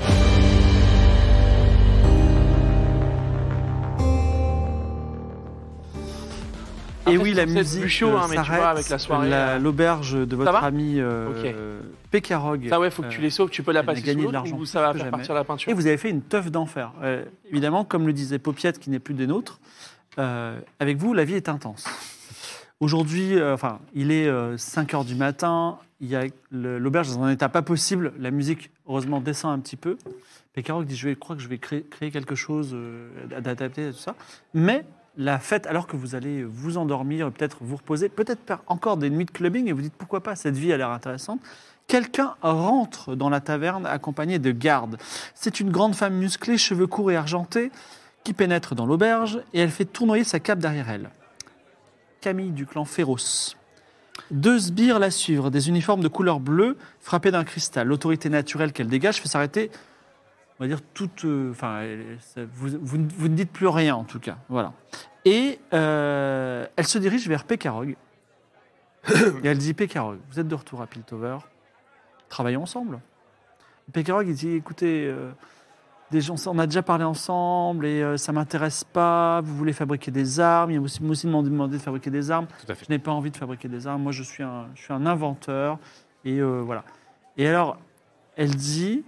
Et Après, oui, c'est la censé être plus musique euh, chaud, hein, mais tu vois, s'arrête, avec la soirée, la- euh, l'auberge de votre va ami euh, Pécarog. Ça Ah ouais, faut que tu les sauves, tu peux la elle a passer gagné sous de l'autre l'argent ou ça va plus que faire jamais. partir la peinture. Et vous avez fait une teuf d'enfer. Euh, évidemment, comme le disait Popiette, qui n'est plus des nôtres, euh, avec vous, la vie est intense. Aujourd'hui, euh, enfin, il est 5 h du matin, il y a le- l'auberge est dans un état pas possible, la musique, heureusement, descend un petit peu. Pécaroc dit, je vais, crois que je vais créer, créer quelque chose euh, d'adapté à tout ça. Mais la fête, alors que vous allez vous endormir, peut-être vous reposer, peut-être faire encore des nuits de clubbing, et vous dites, pourquoi pas, cette vie a l'air intéressante. Quelqu'un rentre dans la taverne accompagné de gardes. C'est une grande femme musclée, cheveux courts et argentés, qui pénètre dans l'auberge et elle fait tournoyer sa cape derrière elle. Camille du clan Féroce. Deux sbires la suivent, des uniformes de couleur bleue frappés d'un cristal. L'autorité naturelle qu'elle dégage fait s'arrêter, on va dire, toute. euh, Enfin, elle- ça- vous, vous ne- vous ne dites plus rien en tout cas. Voilà. Et euh, elle se dirige vers Pécarog. et elle dit Pécarog, vous êtes de retour à Piltover, travaillons ensemble. Pécarog, il dit écoutez, euh, des gens, on a déjà parlé ensemble et euh, ça m'intéresse pas. Vous voulez fabriquer des armes Il m'a aussi, m'a aussi demandé, demandé de fabriquer des armes. Tout à fait. Je n'ai pas envie de fabriquer des armes. Moi, je suis un, je suis un inventeur. Et euh, voilà. Et alors, elle dit.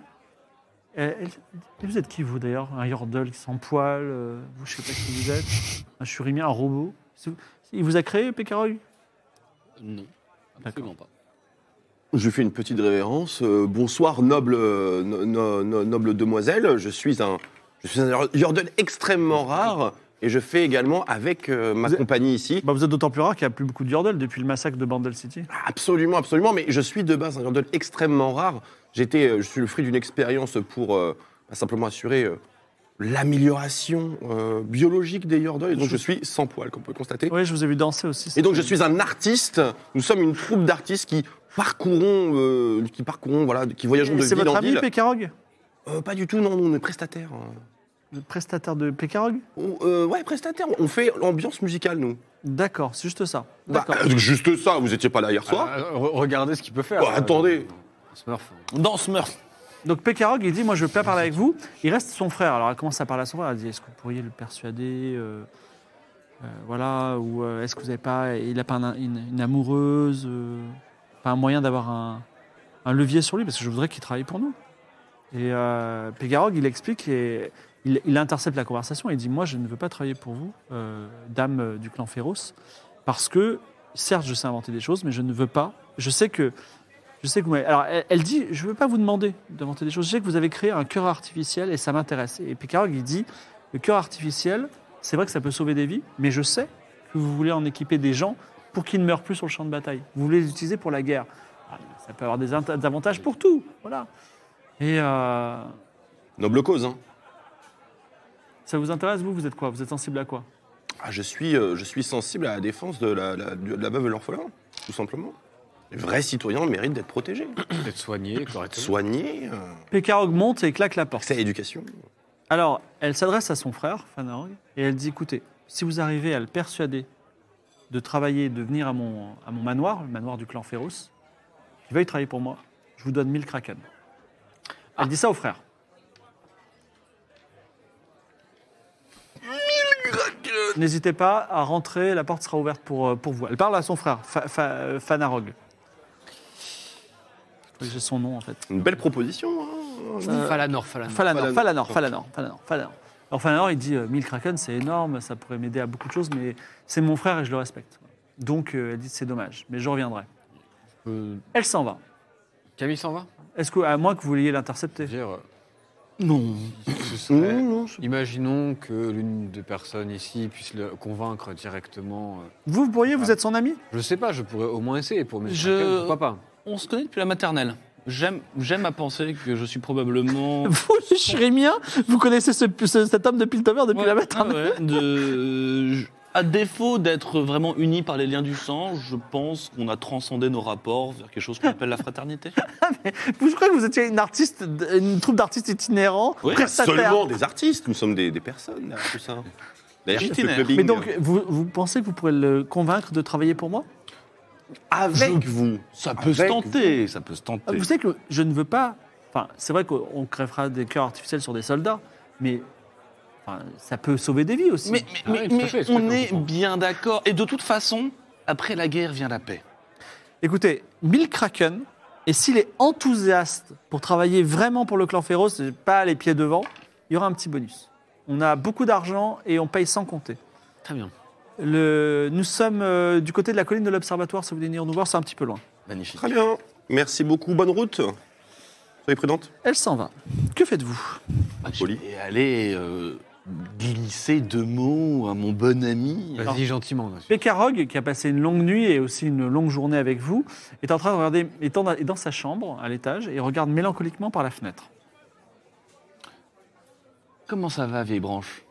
euh, elle- elle- et vous êtes qui, vous, d'ailleurs Un yordle sans poil euh, Vous, je sais pas qui vous êtes. Un churimi, un robot C'est vous- Il vous a créé, Pécaroy Non, absolument pas. Je fais une petite révérence. Euh, bonsoir, noble, euh, no- no- no- noble demoiselle. Je suis un, je suis un yor- yordle extrêmement rare et je fais également avec euh, ma Vous êtes- compagnie ici. bah, Vous êtes d'autant plus rare qu'il n'y a plus beaucoup de yordles depuis le massacre de Bandle City. Absolument, absolument. Mais je suis de base un yordle extrêmement rare. J'étais, euh, je suis le fruit d'une expérience pour euh, bah, simplement assurer euh, l'amélioration euh, biologique des yordles. Et donc je suis sans poil, comme vous pouvez constater. Oui, je vous ai vu danser aussi. Et donc je suis un artiste. Nous sommes une troupe d'artistes qui parcourons, euh, qui parcourons, voilà, qui voyageons de C'est ville votre en ami, ville. Pécarog Euh, pas du tout, non, nous, on est prestataires. hein. Le prestataire de Pécarog On- euh, ouais, prestataires, on fait l'ambiance musicale, nous. D'accord, c'est juste ça. Bah, D'accord. euh, juste ça, vous étiez pas là hier soir. Ah, re- regardez ce qu'il peut faire. Oh, attendez. Smurf. Dans Smurf. Donc Pécarog, il dit, moi je veux pas parler avec vous. Il reste son frère. Alors elle commence à parler à son frère. Elle dit, est-ce que vous pourriez le persuader euh, euh, Voilà, ou euh, est-ce que vous n'avez pas... Il n'a pas un- une, une amoureuse euh, Pas un moyen d'avoir un, un levier sur lui Parce que je voudrais qu'il travaille pour nous. Et euh, Pécarog, il explique et il, il intercepte la conversation. Il dit, moi je ne veux pas travailler pour vous, euh, dame euh, du clan Féroce, parce que, certes, je sais inventer des choses, mais je ne veux pas... Je sais que... Je sais que vous m'avez- Alors, elle, elle dit, je ne veux pas vous demander d'inventer des choses. Je sais que vous avez créé un cœur artificiel et ça m'intéresse. Et Picarog, il dit, le cœur artificiel, c'est vrai que ça peut sauver des vies, mais je sais que vous voulez en équiper des gens pour qu'ils ne meurent plus sur le champ de bataille. Vous voulez les utiliser pour la guerre. Ah, Ça peut avoir des int- des avantages pour tout, voilà. Et euh, Noble cause, hein. ça vous intéresse, vous Vous êtes quoi Vous êtes sensible à quoi Ah, je, suis, euh, je suis sensible à la défense de la, la- de la veuve et l'orphelin, tout simplement. Les vrais citoyens méritent d'être protégés, Euh, D'être soigné correctement. soignés, euh, Picarog monte et claque la porte. accès à l'éducation. Alors, elle s'adresse à son frère, Fanarog, et elle dit écoutez, si vous arrivez à le persuader de travailler, de venir à mon, à mon manoir, le manoir du clan Féroce, qu'il veuille travailler pour moi, je vous donne 1000 kraken. Elle dit ça au frère. N'hésitez pas à rentrer, la porte sera ouverte pour, euh, pour vous. Elle parle à son frère, Fa- Fa- euh, Fanarog. J'ai son nom en fait. Une belle proposition, hein. Euh, Falanor, Falanor. Ah, Falanor, Falanor. Falanor, Falanor, Falanor, Falanor. Alors Falanor, il dit euh, 1000 kraken, c'est énorme, ça pourrait m'aider à beaucoup de choses, mais c'est mon frère et je le respecte. Donc euh, elle dit c'est dommage, mais je reviendrai. Euh, Elle s'en va. Camille s'en va Est-ce que à moins que vous vouliez l'intercepter Dire, euh, Non. ce Non, serait- Mmh, non, c'est- Imaginons que l'une des personnes ici puisse le convaincre directement. euh, Vous, vous pourriez, vous êtes son ami Je sais pas, je pourrais au moins essayer pour mes Je- chacun, pourquoi pas On se connaît depuis la maternelle. J'aime j'aime à penser que je suis probablement. Vous, les Chirimiens, vous connaissez ce- ce- cet homme depuis le tome depuis Ouais, la ah maternelle. ouais, de- je- À défaut d'être vraiment unis par les liens du sang, je pense qu'on a transcendé nos rapports vers quelque chose qu'on appelle la fraternité. Vous, je crois que vous étiez une artiste, une troupe d'artistes itinérants, Oui, prestataires. seulement des artistes, nous sommes des, des personnes, là, tout ça. D'ailleurs, je fais Itinéraire. clubbing, Mais donc, euh, vous, vous pensez que vous pourrez le convaincre de travailler pour moi avec vous, ça peut se tenter, ça peut se Ah, tenter. Vous savez que je ne veux pas. Enfin, c'est vrai qu'on crèvera des cœurs artificiels sur des soldats, mais enfin, ça peut sauver des vies aussi. Mais, mais- Ah oui, mais- tout à mais fait, c'est on vrai est qu'on comprend. bien d'accord. Et de toute façon, après la guerre vient la paix. Écoutez, 1000 Kraken, et s'il est enthousiaste pour travailler vraiment pour le clan féroce, et pas les pieds devant, il y aura un petit bonus. On a beaucoup d'argent et on paye sans compter. Très bien. Le- nous sommes euh, du côté de la colline de l'Observatoire, si vous voulez venir nous voir, c'est un petit peu loin. Magnifique. Très bien, merci beaucoup, bonne route. Soyez prudente. Elle s'en va. Que faites-vous Bah, je Poli. vais aller euh, glisser deux mots à mon bon ami. Vas-y gentiment. monsieur. Pécarog, qui a passé une longue nuit et aussi une longue journée avec vous, est en train de regarder, est, en- est dans sa chambre, à l'étage, et regarde mélancoliquement par la fenêtre. Comment ça va, vieille branche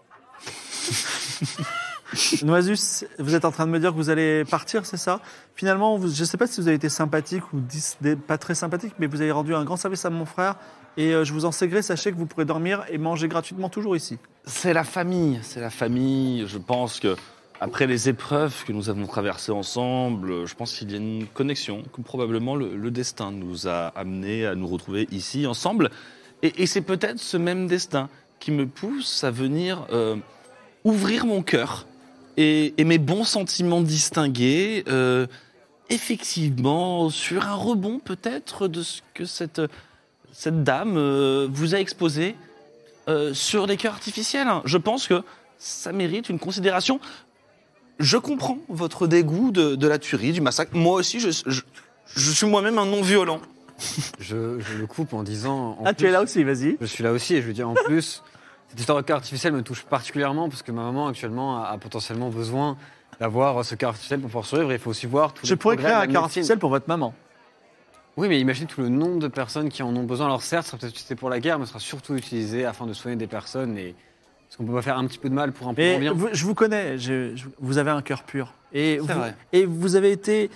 Noisus, vous êtes en train de me dire que vous allez partir, c'est ça Finalement, vous- je ne sais pas si vous avez été sympathique ou dis- des- pas très sympathique, mais vous avez rendu un grand service à mon frère, et euh, je vous en sais gré, sachez que vous pourrez dormir et manger gratuitement toujours ici. C'est la famille, c'est la famille. Je pense que après les épreuves que nous avons traversées ensemble, euh, je pense qu'il y a une connexion que probablement le, le destin nous a amenés à nous retrouver ici ensemble. Et, et c'est peut-être ce même destin qui me pousse à venir euh, ouvrir mon cœur et, et mes bons sentiments distingués, euh, effectivement, sur un rebond peut-être de ce que cette, cette dame euh, vous a exposé euh, sur les cœurs artificiels. hein. Je pense que ça mérite une considération. Je comprends votre dégoût de, de la tuerie, du massacre. Moi aussi, je, je- je suis moi-même un non-violent. Je, je le coupe en disant. en ah, tu es plus- là aussi, vas-y. Je suis là aussi et je lui dis en plus, cette histoire de cœur artificiel me touche particulièrement parce que ma maman actuellement a, a potentiellement besoin d'avoir ce cœur artificiel pour pouvoir survivre. Il faut aussi voir tout Je pourrais créer un cœur artificiel pour votre maman. Oui, mais imagine tout le nombre de personnes qui en ont besoin. Alors certes, ce sera peut-être utilisé pour la guerre, mais ce sera surtout utilisé afin de soigner des personnes et est-ce qu'on peut pas faire un petit peu de mal pour un peu Mais bien vous- je vous connais, je- je- vous avez un cœur pur. Et vous, vrai. Et vous avez été.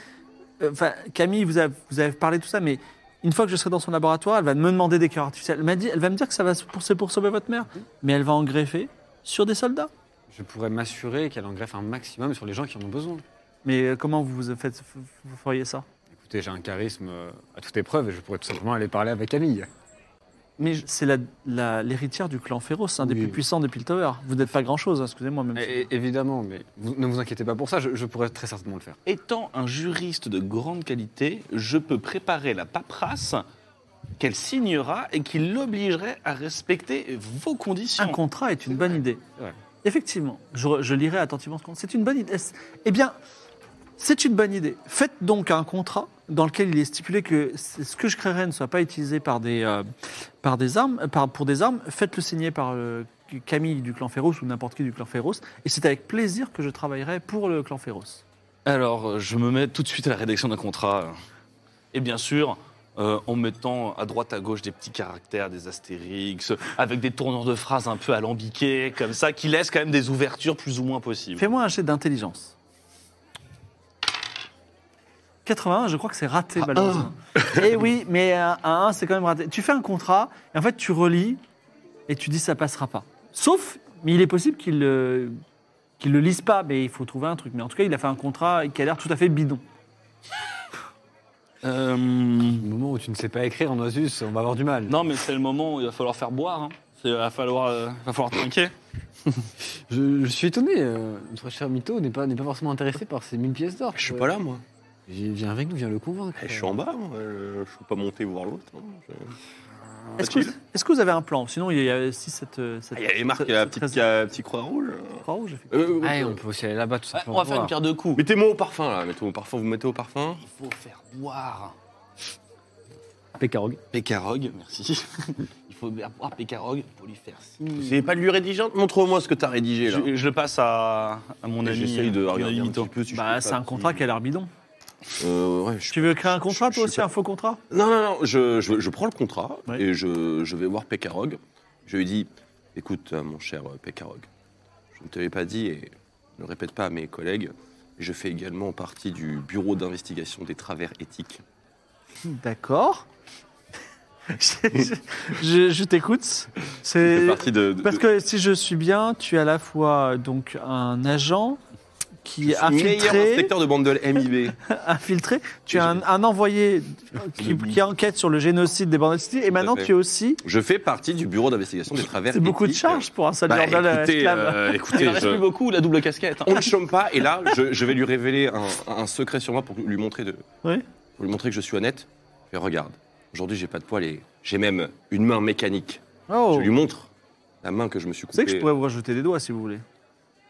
euh, Enfin, Camille, vous avez, vous avez parlé de tout ça, mais une fois que je serai dans son laboratoire, elle va me demander des cœurs artificiels. Elle, m'a dit, elle va me dire que ça va se- pour, c'est pour sauver votre mère, mais elle va en greffer sur des soldats. Je pourrais m'assurer qu'elle en greffe un maximum sur les gens qui en ont besoin. Mais euh, comment vous, vous faites, vous- vous feriez ça Écoutez, j'ai un charisme euh, à toute épreuve et je pourrais tout simplement aller parler avec Camille. Mais je- c'est la- la- l'héritière du clan féroce, un des Oui. Eh, plus puissants depuis le Tower. Vous n'êtes pas grand-chose, hein, excusez-moi. Même si- Et- et- évidemment, mais vous- ne vous inquiétez pas pour ça, je, je pourrais très certainement le faire. Étant un juriste de grande qualité, je peux préparer la paperasse qu'elle signera et qui l'obligerait à respecter vos Un conditions. contrat est une bonne idée. vrai. Effectivement, je, re- je lirai attentivement ce contrat. C'est une bonne idée. Est-ce- Eh bien, c'est une bonne idée. Faites donc un contrat dans lequel il est stipulé que c- ce que je créerai ne soit pas utilisé par des, euh, par des armes, euh, par, pour des armes. Faites-le signer par euh, Camille du clan Féroce ou n'importe qui du clan Féroce. Et c'est avec plaisir que je travaillerai pour le clan Féroce. Alors, euh, je me mets tout de suite à la rédaction d'un contrat. euh. Et bien sûr, euh, en mettant à droite à gauche des petits caractères, des astérix, avec des tournures de phrases un peu alambiquées, comme ça, qui laissent quand même des ouvertures plus ou moins possibles. Fais-moi un jet d'intelligence. 81, je crois que c'est Ah, raté, malheureusement. Eh oui, mais un 1, c'est quand même raté. Tu fais un contrat, et en fait, tu relis, et tu dis ça passera pas. Sauf, mais il est possible qu'il ne le lise pas, mais il faut trouver un truc. Mais en tout cas, il a fait un contrat qui a l'air tout à fait bidon. Euh, Au moment où tu ne sais pas écrire en osus, on va avoir du mal. non, mais c'est le moment où il va falloir faire boire. hein. C'est- Il va falloir, euh, il va falloir trinquer. Je, je suis étonné, euh, notre cher Mito n'est pas, n'est pas forcément intéressé par ces 1000 pièces d'or. Je suis pas là, moi. Viens viens avec nous, viens le convaincre. Eh, Je suis en bas, moi. euh, Je peux pas monter voir l'autre. hein. Je- Est-ce que, est-ce que vous avez un plan Sinon, il y a euh, aussi cette. Ah, Il y a les marques, il y a la petite, il y a la petite croix rouge. Ah, Euh, Ouais, Ah, on peut aussi aller là-bas tout Ouais, simplement. on va faire une voir. pierre de coups. Mettez-moi au parfum, là. Mettez-moi au parfum, vous mettez au parfum. Il faut faire boire. Pécarog. Pécarog, merci. il faut faire boire Pécarog pour lui faire Mm. signe. C'est pas de l'huile rédigeante Montre-moi ce que t'as rédigé, là. Je, je le passe à, à mon Et ami. J'essaye de euh, mon regarder ami un Mito. petit peu si je Bah, trouve c'est pas un qui- contrat qui a l'air bidon. Euh, ouais, je- Tu veux créer un contrat, je- toi je aussi, sais un faux contrat Non, non, non, je, je- je prends le contrat Ouais. et je, je vais voir Pekarog. Je lui dis Écoute, euh, mon cher euh, Pekarog, je ne te l'ai pas dit et ne le répète pas à mes collègues, je fais également partie du bureau d'investigation des travers éthiques. D'accord. je je- je t'écoute. Je fais C'est partie de. de- parce de- que si je suis bien, tu es à la fois donc un agent qui a meilleur infiltré, inspecteur de bande de MIB. infiltré. Tu es Et un, un envoyé qui, De- qui enquête sur le génocide des bandits et maintenant fait. tu es aussi. Je fais partie du bureau d'investigation des travers C'est beaucoup de éthiques. charges pour un seul Bah, journal euh, écoutez, esclave. Euh, écoutez, Il en reste je- plus beaucoup, la double casquette. hein. On ne chôme pas, et là, je, je vais lui révéler un, un secret sur moi pour lui montrer, de, Oui. pour lui montrer que je suis honnête. Et regarde, aujourd'hui, j'ai pas de poils et j'ai même une main mécanique. Oh. Je lui montre la main que je me suis Vous coupée. savez que je pourrais vous rajouter des doigts si vous voulez.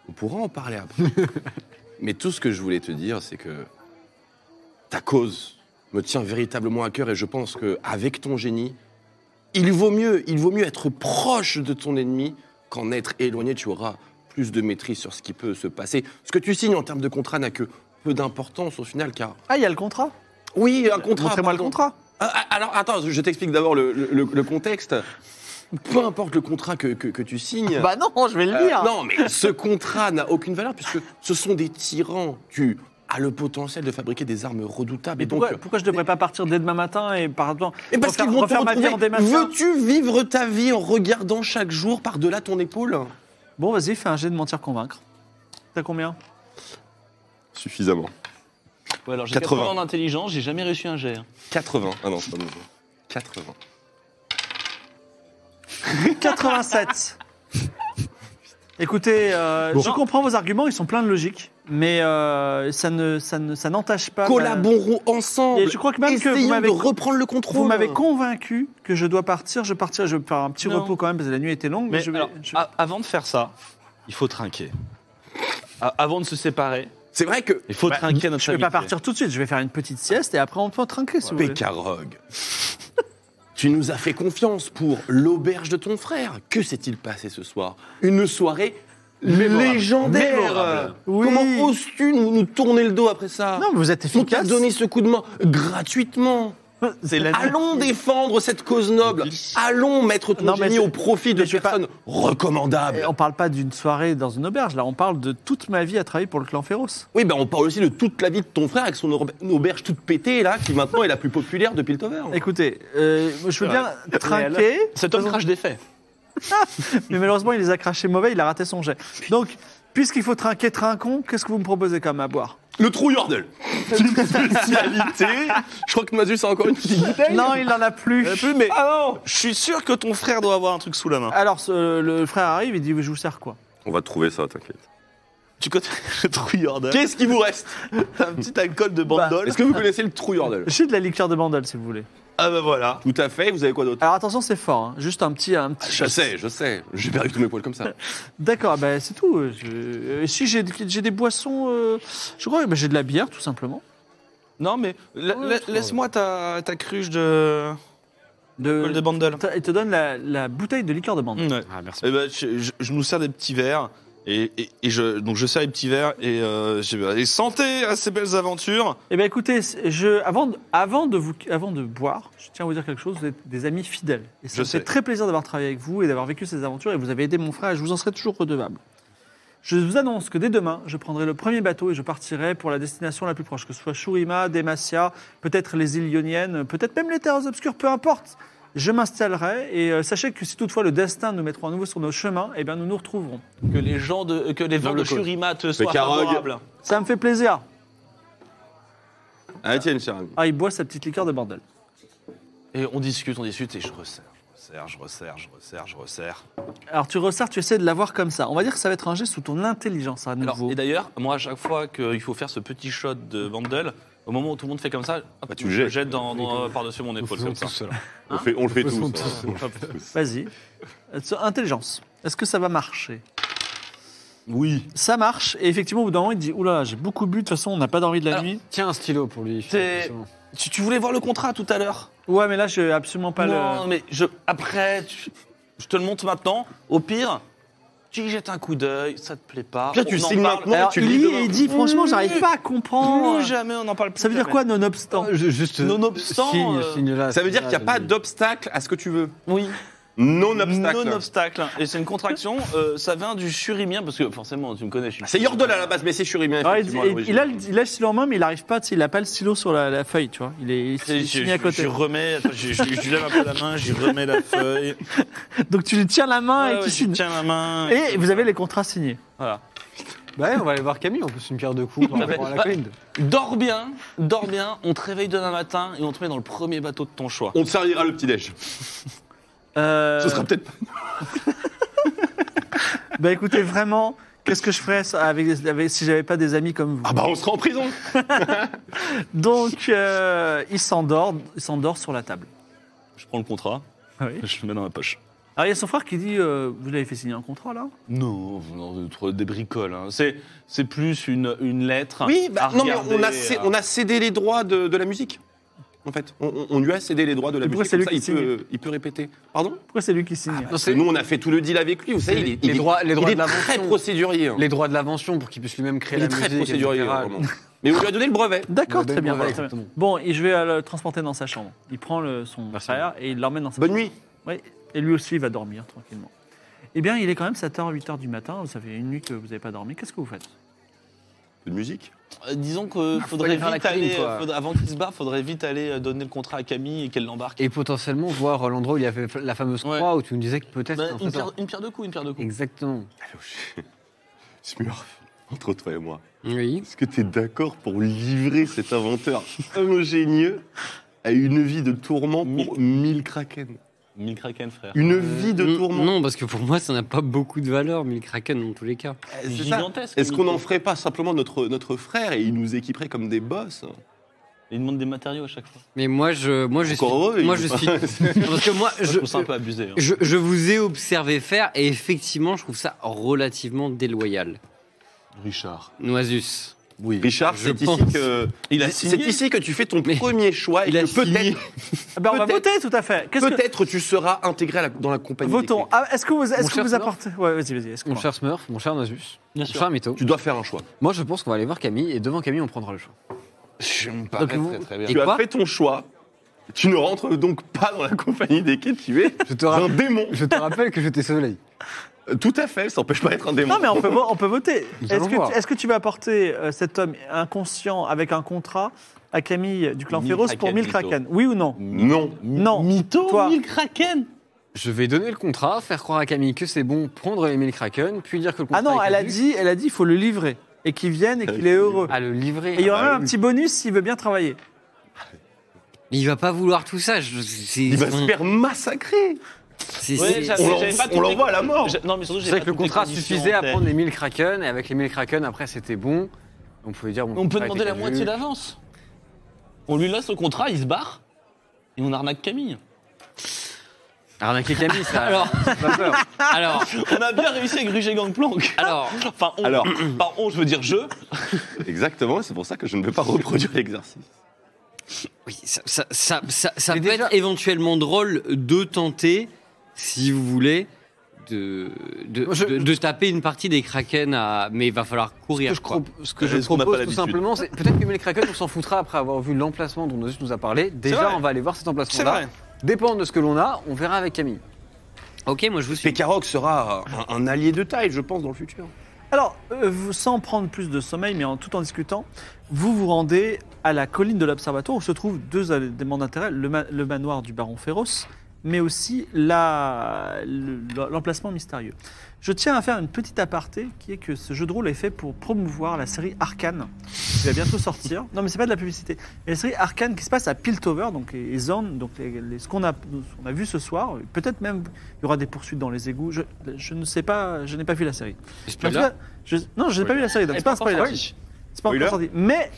On pourra en parler après. Mais tout ce que je voulais te dire, c'est que ta cause me tient véritablement à cœur et je pense que avec ton génie, il vaut mieux, il vaut mieux être proche de ton ennemi qu'en être éloigné. Tu auras plus de maîtrise sur ce qui peut se passer. Ce que tu signes en termes de contrat n'a que peu d'importance au final, car Ah, il y a le contrat. oui, un contrat. Montrez-moi le pardon. contrat. Ah, ah, Alors, attends, je t'explique d'abord le, le- le contexte. Peu importe le contrat que, que- que tu signes. Bah non, je vais le Euh, lire. non, mais ce contrat n'a aucune valeur puisque ce sont des tyrans. Tu as le potentiel de fabriquer des armes redoutables. Mais Et donc, euh, pourquoi, pourquoi je devrais pas partir dès demain matin et par exemple mais parce refaire- qu'ils vont te refaire ma vie en retrouver. dématin Veux-tu vivre ta vie en regardant chaque jour par-delà ton épaule Bon, vas-y, fais un jet de mentir convaincre. T'as combien Suffisamment. Ouais, alors j'ai 80. 80, d'intelligence, j'ai jamais réussi un jet. hein. 80. Ah non, c'est pas bon. 80. 87. Écoutez, euh, je comprends vos arguments, ils sont pleins de logique, mais euh, ça ne ça ne ça n'entache pas. ma- Collaborons ensemble. Et je crois que même que vous Essayons m'avez- de reprendre le contrôle. Vous m'avez convaincu que je dois partir. Je partirai. Je vais faire un petit Non. repos quand même parce que la nuit était longue. Mais, Mais je vais- alors, je- ah, a- avant de faire ça, il faut trinquer. A- avant de se séparer, C'est vrai que il faut Bah, trinquer notre je vais amitié. pas partir tout de suite. Je vais faire une petite sieste et après on peut trinquer si vous voulez. Pécarogue, tu nous as fait confiance pour l'auberge de ton frère. Que s'est-il passé ce soir Une soirée légendaire. Mémorable. Oui. Comment oses-tu nous, nous tourner le dos après ça Non, mais vous êtes On t'a efficace. donné ce coup de main gratuitement. C'est la nuit. Allons défendre cette cause noble. Allons mettre ton Non, mais génie c'est- au profit de mais je suis pas- personnes recommandables. Et on parle pas d'une soirée dans une auberge, là on parle de toute ma vie à travailler pour le clan Féroce. Oui, ben on parle aussi de toute la vie de ton frère avec son aube- auberge toute pétée là, qui maintenant est la plus populaire de Piltover. Écoutez, euh, je veux bien trinquer, Cet homme crache des faits. mais malheureusement il les a crachés mauvais, il a raté son jet. Donc, puisqu'il faut trinquer, trinquons, qu'est-ce que vous me proposez comme à boire Le trou Yordle. C'est une spécialité. Je crois que Mazus a encore une petite bouteille. Non, il n'en a plus. Euh, Ah mais je suis sûr que ton frère doit avoir un truc sous la main. Alors ce- le frère arrive, il dit je vous sers quoi On va trouver ça, t'inquiète. Tu connais le trouillard Qu'est-ce qui vous reste Bah, un petit alcool de bandole. Est-ce que vous connaissez le trou Yordle J'ai de la liqueur de bandol si vous voulez. Ah bah voilà. Tout à fait, vous avez quoi d'autre Alors attention c'est fort, hein. juste un petit... Un petit Ah, Je sais, je sais. J'ai perdu tous mes poils comme ça. D'accord, bah, c'est tout. Je- euh, si j'ai j'ai des boissons, euh, je crois que j'ai de la bière tout simplement. Non mais la- la- laisse-moi ta, ta cruche de, De, de bandol. Il te donne la, la bouteille de liqueur de bandol. Euh, Ouais. Ah, merci. Eh ben, je, je- je nous sers des petits verres. Et, et- et je, donc je sers les petits verres et, euh, j'ai- et santé à ces belles aventures. Eh bien, écoutez, c'est- je, avant, de- avant, de vous, avant de boire, je tiens à vous dire quelque chose. Vous êtes des amis fidèles. Et ça Je me fait sais. très plaisir d'avoir travaillé avec vous et d'avoir vécu ces aventures. Et vous avez aidé mon frère. Et je vous en serai toujours redevable. Je vous annonce que dès demain, je prendrai le premier bateau et je partirai pour la destination la plus proche, que ce soit Shurima, Demacia, peut-être les îles Ioniennes, peut-être même les terres obscures, peu importe. Je m'installerai et euh, sachez que si toutefois le destin nous mettra à nouveau sur nos chemins, eh bien nous nous retrouverons. Que les gens de que les vents de Shurima te soient Carogue. favorables. Ça me fait plaisir. Ah tiens, cher ami. Ah, il boit sa petite liqueur de bordel. Et on discute, on discute et je resserre, je resserre, je resserre, je resserre, je resserre. Alors tu ressors, tu essaies de l'avoir comme ça. On va dire que ça va être un geste sous ton intelligence à Alors, nouveau. et d'ailleurs, moi, à chaque fois qu'il faut faire ce petit shot de Vandal, au moment où tout le monde fait comme ça, hop, Bah, tu le je jettes. le jette dans, dans- euh, par-dessus mon épaule. Comme ça. on, fait, on le fait Ils sont tous. tous. hein. Vas-y. Euh, sur Intelligence. Est-ce que ça va marcher Oui. Ça marche. Et effectivement, au bout d'un moment, il te dit Oula, j'ai beaucoup bu. De toute façon, on n'a pas dormi de la Alors- nuit. Tiens, un stylo pour lui. C'est- c'est bon. Tu, tu voulais voir le contrat tout à l'heure Ouais, mais là, je absolument pas Non, le. mais je, après, tu- je te le montre maintenant. Au pire, tu y jettes un coup d'œil, ça te plaît pas. Tiens, tu on en signes parle. maintenant, Alors, tu Il le lit lis demain. et il dit franchement, Oui. Euh, j'arrive pas à comprendre. Plus jamais, on en parle plus. Ça veut dire jamais. quoi, nonobstant Juste. Nonobstant, Signe, euh, signe là. Ça veut signe dire là, qu'il n'y a je pas dis. d'obstacle à ce que tu veux. Oui. Non obstacle. Non-obstacle. Et c'est une contraction, euh, ça vient du surimien, parce que forcément, tu me connais, je suis. C'est Yordle à la base, mais c'est Shurimien. Ouais, il, effectivement, à Ah, il- l'origine. il a le, il a le stylo en main, mais il n'arrive pas, tu sais, il n'a pas le stylo sur la, la feuille, tu vois. Il est, il est Je, je, signé à je- côté. je remets, attends, je, je- je lui lève un peu la main, je lui remets la feuille. Donc tu lui tiens la main Ouais, et ouais, tu je signes. tiens la main. Et vous avez les contrats signés. Voilà. Bah ouais, on va aller voir Camille, on pousse une pierre de coups par rapport à la colline. Dors bien, dors bien, on te réveille demain matin et on te met dans le premier bateau de ton choix. On te servira le petit-déj. Euh, Ce sera peut-être pas. Bah écoutez, vraiment, qu'est-ce que je ferais ça, avec, avec- si j'avais pas des amis comme vous Ah bah, on sera en prison. Donc euh, il s'endort, il s'endort sur la table. Je prends le contrat, Ah Oui. je le mets dans ma poche. Alors il y a son frère qui dit, euh, vous l'avez fait signer un contrat là Non, non, trop des bricoles. hein. C'est, c'est plus une, une lettre. Oui, bah, à non, mais regarder, on a, cé- euh, on a cédé les droits de, de la musique. En fait, on, on- on lui a cédé les droits de la Mais pourquoi musique. c'est comme lui qui ça, il, peut, il peut répéter. Pardon Pourquoi c'est lui qui signe Non, Parce que c'est Nous, on a fait tout le deal avec lui. Vous savez, les- il, est- les il est- droits- les droits il de est l'invention. très procédurier. hein. les droits de l'invention pour qu'il puisse lui-même créer Il la est très musique. procédurier. etc. vraiment. Mais on lui a donné le brevet. D'accord, Ouais, très ben, bien. ouais, voilà, très bien. exactement. Bon, et je vais euh, le transporter dans sa chambre. Il prend le- son frère et il l'emmène dans sa Bonne chambre. nuit. Oui, et lui aussi il va dormir tranquillement. Eh bien, il est quand même 7h, 8h du matin. Ça fait une nuit que vous n'avez pas dormi. Qu'est-ce que vous faites Peu de musique. Euh, Disons que faudrait aller faire la vite clim, aller, quoi. euh, faudrait- avant qu'il se barre, faudrait vite aller euh, donner le contrat à Camille et qu'elle l'embarque. Et potentiellement voir euh, l'endroit où il y avait la fameuse Ouais. croix où tu nous disais que peut-être. Bah, c'était un une, pierre, trésor. une pierre de coups, une pierre de coups. Exactement. Smurf, entre toi et moi, Oui. est-ce que tu es d'accord pour livrer cet inventeur ingénieux à une vie de tourment pour 1000 kraken Mille kraken, frère. Une vie de Euh, non, tourment Non, parce que pour moi, ça n'a pas beaucoup de valeur, mais le kraken, dans tous les cas. C'est ça. Gigantesque. Est-ce qu'on en ferait pas simplement notre, notre frère et il nous équiperait comme des boss hein Il demande des matériaux à chaque fois. Mais moi, je, moi, je Encore suis. heureux, moi, il je veut suis. parce que moi, Je, je, trouve ça un peu abusé. hein. je, je vous ai observé faire, et effectivement, je trouve ça relativement déloyal. Richard. Noisus. Oui. Richard, Je c'est pense. ici que Il a c'est signé. ici que tu fais ton Mais premier choix et il a que peut-être Ah ben, On va Peut-être- voter, tout à fait. Qu'est-ce que- peut-être tu seras intégré à la- dans la compagnie. Votons. d'équipe. Ah, est-ce que vous, est-ce que cher vous Fleur. apportez Ouais, vas-y, vas-y. Est-ce Mon cher Smurf, mon cher Nasus, mon sûr. cher Mito. Tu dois faire un choix. Moi, je pense qu'on va aller voir Camille et devant Camille, on prendra le choix. Je me paraît Donc vous- très, bien. Et Tu as quoi fait ton choix. Tu ne rentres donc pas dans la compagnie d'équipe. Tu es Je te, un rappelle, démon. je te rappelle que je t'ai sauvé. Euh, Tout à fait. Ça n'empêche pas d'être un démon. Non, mais on peut, vo- on peut voter. Nous Est-ce allons que, voir. tu- est-ce que tu vas apporter euh, cet homme inconscient avec un contrat à Camille du clan Mille Féroce kraken, pour 1000 mytho. kraken Oui ou non Non. Non. Mytho, Toi. mille kraken. Je vais donner le contrat, faire croire à Camille que c'est bon, prendre les mille Kraken, puis dire que le contrat. Ah non, est elle a caduc. dit, elle a dit, il faut le livrer et qu'il vienne et qu'il est heureux. Ah, à Ah, le livrer. Et il y aura bah même un oui. petit bonus s'il veut bien travailler. Mais il va pas vouloir tout ça. Je, c'est, Il va c'est- se faire massacrer. c'est- Ouais, c'est- j'avais- On l'en- j'avais pas on toutes les- l'envoie à la mort. J'ai- Non, mais surtout, C'est j'ai vrai pas que le toutes les contrat conditions suffisait en à tête. prendre les 1000 Kraken, et avec les 1000 Kraken, après c'était bon. On pouvait dire. On peut demander la moitié d'avance. On lui laisse le contrat, il se barre. Et on arnaque Camille. Arnaquer Camille, ça. Alors, pas peur. alors, On a bien réussi avec Ruger Gangplank. alors, Enfin, on, Alors. par on, je veux dire je. Exactement. C'est pour ça que je ne vais pas reproduire l'exercice. oui, ça, ça, ça, ça- ça Mais peut déjà- être éventuellement drôle de tenter, si vous voulez, de, de, Moi, je- de- de taper une partie des kraken à. Mais il va falloir courir. Ce que je, quoi. pro- ce que Euh, je Est-ce qu'on n'a pas propose tout l'habitude simplement, c'est peut-être que Mille Kraken, on s'en foutra après avoir vu l'emplacement dont Nozus nous a parlé. Déjà, vrai. on va aller voir cet emplacement-là. Dépend de ce que l'on a, on verra avec Camille. Ok, moi je vous suis. Pekarok sera un, un allié de taille, je pense, dans le futur. Alors, euh, vous- sans prendre plus de sommeil, mais en, tout en discutant, vous vous rendez à la colline de l'observatoire où se trouvent deux éléments d'intérêt, le, ma- le manoir du baron Féroce, mais aussi la- le- l'emplacement mystérieux. Je tiens à faire une petite aparté, qui est que ce jeu de rôle est fait pour promouvoir la série Arcane, qui va bientôt sortir. Non, mais c'est pas de la publicité. Mais la série Arcane qui se passe à Piltover, donc et, et Zorn, donc les- les- ce qu'on a, ce qu'on a vu ce soir. Peut-être même il y aura des poursuites dans les égouts. Je, je ne sais pas, je n'ai pas vu la série. En tout cas, je- non, je n'ai pas vu la série, donc c'est pas un spoiler. C'est pas encore Spoiler. sorti. Mais,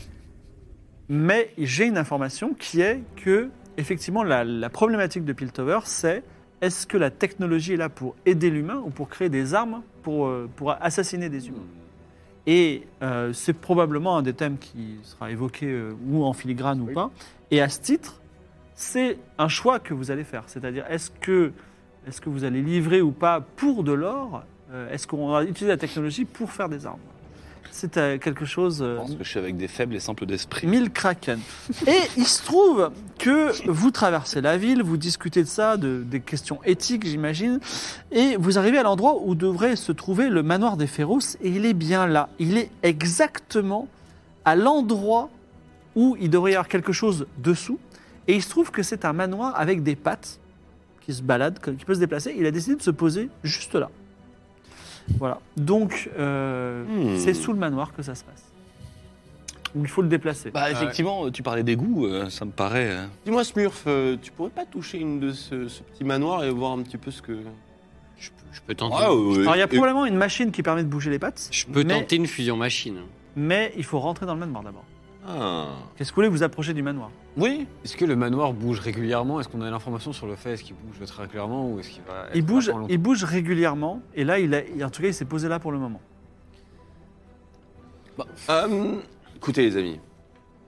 mais j'ai une information qui est que, effectivement, la, la problématique de Piltover, c'est est-ce que la technologie est là pour aider l'humain ou pour créer des armes pour, euh, pour assassiner des humains Et euh, c'est probablement un des thèmes qui sera évoqué, euh, ou en filigrane ou pas. Et à ce titre, c'est un choix que vous allez faire. C'est-à-dire, est-ce que, est que vous allez livrer ou pas pour de l'or Euh, Est-ce qu'on va utiliser la technologie pour faire des armes C'est euh, quelque chose. Je euh, Mmh. pense que je suis avec des faibles et simples d'esprit. Mille kraken. Et il se trouve que vous traversez la ville, vous discutez de ça, de, des questions éthiques, j'imagine, et vous arrivez à l'endroit où devrait se trouver le manoir des Féroces, et il est bien là. Il est exactement à l'endroit où il devrait y avoir quelque chose dessous, et il se trouve que c'est un manoir avec des pattes qui se balade, qui peut se déplacer. Il a décidé de se poser juste là. Voilà. Donc, euh, Hmm. c'est sous le manoir que ça se passe. Il faut le déplacer. Bah, effectivement, tu parlais des goûts, euh, ça me paraît. euh, Dis-moi, Smurf, euh, tu pourrais pas toucher une de ce, ce petit manoir et voir un petit peu ce que. Je, peux- je peux tenter. Alors, il y a probablement une machine qui permet de bouger les pattes, Je peux Mais- tenter une fusion machine. mais il faut rentrer dans le manoir d'abord. Ah. Qu'est-ce que vous voulez vous approcher du manoir Oui, Est-ce que le manoir bouge régulièrement Est-ce qu'on a l'information sur le fait Est-ce qu'il bouge très régulièrement ou est-ce qu'il va être Il bouge, là pendant il bouge régulièrement, et là, il a- en tout cas, il s'est posé là pour le moment. Euh, écoutez les amis,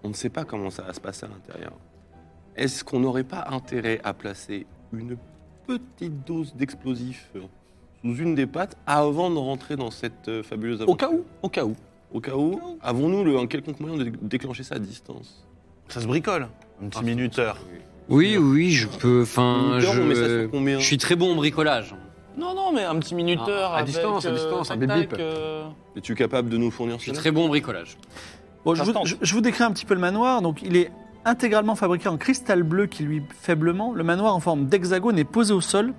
on ne sait pas comment ça va se passer à l'intérieur. Est-ce qu'on n'aurait pas intérêt à placer une petite dose d'explosif euh, sous une des pattes avant de rentrer dans cette euh, fabuleuse aventure Au cas où Au cas où. Au cas où, avons-nous le- un quelconque moyen de dé- déclencher ça à distance Ça se bricole. Un petit minuteur. Oui, oui, je peux. Enfin, Minuteur, on met ça sur je... combien je suis très bon en bricolage. Non, non, mais un petit minuteur. À- à avec, distance, à euh, distance, un tac, bip-bip. tac, euh, Es-tu capable de nous fournir Je suis cela très bon en bricolage. Bon, je, Ça vous, se tente. je- je vous décris un petit peu le manoir. Donc, il est intégralement fabriqué en cristal bleu qui lui faiblement. Le manoir en forme d'hexagone est posé au sol.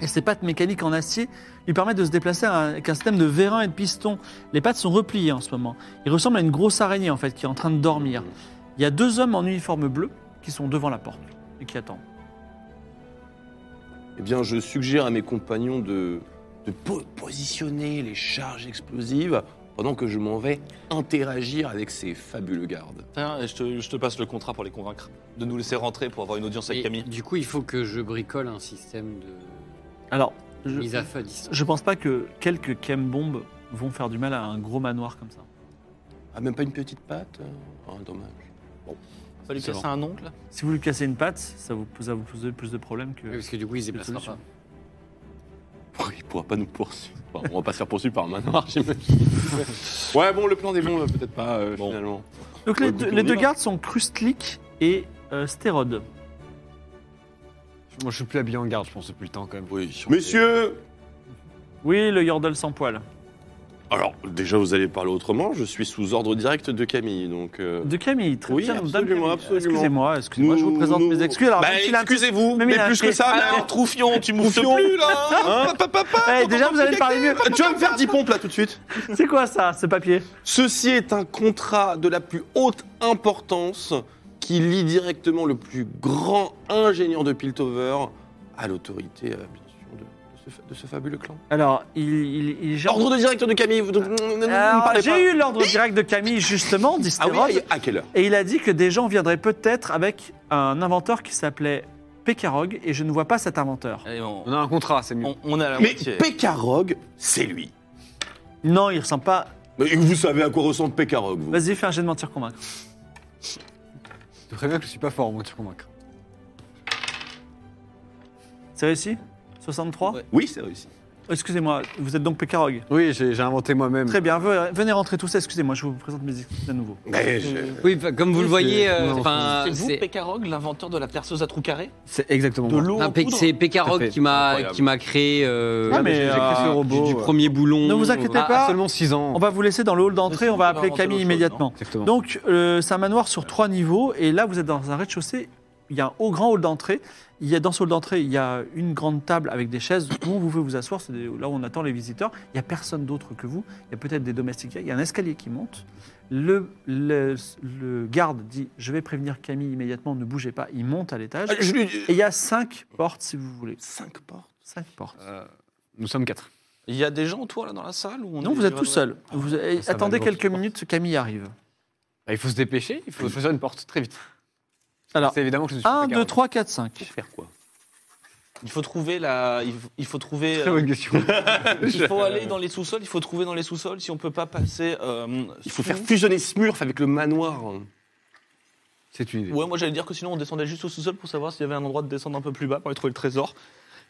Et ses pattes mécaniques en acier lui permettent de se déplacer avec un système de vérin et de piston. Les pattes sont repliées en ce moment. Il ressemble à une grosse araignée en fait qui est en train de dormir. Il y a deux hommes en uniforme bleu qui sont devant la porte et qui attendent. Eh bien, je suggère à mes compagnons de, de po- positionner les charges explosives pendant que je m'en vais interagir avec ces fabuleux gardes. Tiens, et je te, je te passe le contrat pour les convaincre de nous laisser rentrer pour avoir une audience avec Et Camille. du coup, il faut que je bricole un système de Alors, je, mise à feu à distance. je pense pas que quelques chem-bombes vont faire du mal à un gros manoir comme ça. Ah, même pas une petite patte Ah, dommage. Pas lui C'est casser un oncle Si vous lui cassez une patte, ça vous, ça vous pose plus de problèmes que. Oui, Parce que du coup, il se Une déplacera solution. pas. Il pourra pas nous poursuivre. Enfin, on va pas se faire poursuivre par un manoir, j'imagine. ouais, bon, le plan des bons, euh, peut-être pas, euh, Bon. finalement. Donc les, Ouais, deux, écoute, les on y deux va. gardes sont Krustlik et euh, Stérode. Moi, je suis plus habillé en garde, je pense, depuis le temps quand même. Oui, sur- Messieurs Oui, le Yordle sans poil. Alors, déjà, vous allez parler autrement. Je suis sous ordre direct de Camille, donc... euh, De Camille, très Oui, bien. madame absolument, Camille. absolument. Excusez-moi, excusez-moi, je vous nous- présente nous- mes excuses. Alors, Bah, même s'il a un petit- excusez-vous, même mais il a plus un- que ça, Alors, alors, troufion, tu m'ouvres Troufion. plus, là hein Eh, déjà, vous allez me parler mieux. Tu vas me faire 10 pompes, là, tout de suite C'est quoi ça, ce papier Ceci est un contrat de la plus haute importance qui lie directement le plus grand ingénieur de Piltover à l'autorité, euh, bien sûr, de, de ce, fa- de ce fabuleux clan. Alors, il, il, il gère- Ordre de directeur de Camille, vous- donc, ne- ne- ne me Alors, parlez pas. J'ai eu l'ordre direct de Camille, justement, dit Ah oui, Stérode, à à quelle heure et il a dit que des gens viendraient peut-être avec un inventeur qui s'appelait Pekarog, et je ne vois pas cet inventeur. Allez, on, On a un contrat, c'est mieux. on, on a la Mais moitié. Pekarog, c'est lui. Non, il ressemble pas. Mais vous savez à quoi ressemble Pekarog, vous Vas-y, fais un jet de mentir convaincre. Je te préviens que je suis pas fort, moi, tu convaincre. C'est réussi 63 Ouais. Oui, c'est réussi. Excusez-moi, vous êtes donc Pekarog Oui, j'ai j'ai inventé moi-même. Très bien, ve- venez rentrer tous, excusez-moi, je vous présente mes excuses à nouveau. Mais je- Oui, bah, comme vous le voyez, euh, Non, enfin, C'est vous, c'est Pécarog, l'inventeur de la perceuse à trous carrés C'est exactement De moi. l'eau ah, en Pe- poudre c'est Tout à Pekarog fait. qui m'a Incroyable. qui m'a créé euh, Ah, mais, j'ai- j'ai créé euh, ce robot du, du premier boulon. Ne vous inquiétez Ah, pas. seulement 6 ans. On va vous laisser dans le hall d'entrée, Est-ce on va qu'on peut appeler inventer Camille autre chose, immédiatement. Exactement. Donc, euh, c'est un manoir sur trois niveaux, et là, vous êtes dans un rez-de-chaussée, il y a un haut grand hall d'entrée. Il y a, dans ce hall d'entrée, il y a une grande table avec des chaises où vous pouvez vous asseoir, c'est des- là où on attend les visiteurs. Il n'y a personne d'autre que vous, il y a peut-être des domestiques, il y a un escalier qui monte. Le, le, le garde dit Je vais prévenir Camille immédiatement, ne bougez pas, il monte à l'étage. Ah, je lui Et il y a cinq portes si vous voulez. Cinq portes. Cinq portes. Euh, nous sommes 4. Il y a des gens, toi, là, dans la salle où on Non, est- vous êtes tout seul. Vous, Ah, eh, Ça va attendez le quelques voir. minutes, Camille arrive. Bah, il faut se dépêcher, il faut choisir une porte très vite. Alors, C'est évidemment que je suis 1, pas 2, garde. 3, 4, 5. Faire quoi Il faut trouver la. Il faut, il faut trouver. Très euh, bonne question. il faut aller dans les sous-sols. Il faut trouver dans les sous-sols si on peut pas passer. euh, Il faut sous- faire fusionner Smurf avec le manoir. C'est une idée. Ouais, moi j'allais dire que sinon on descendait juste au sous-sol pour savoir s'il y avait un endroit de descendre un peu plus bas pour aller trouver le trésor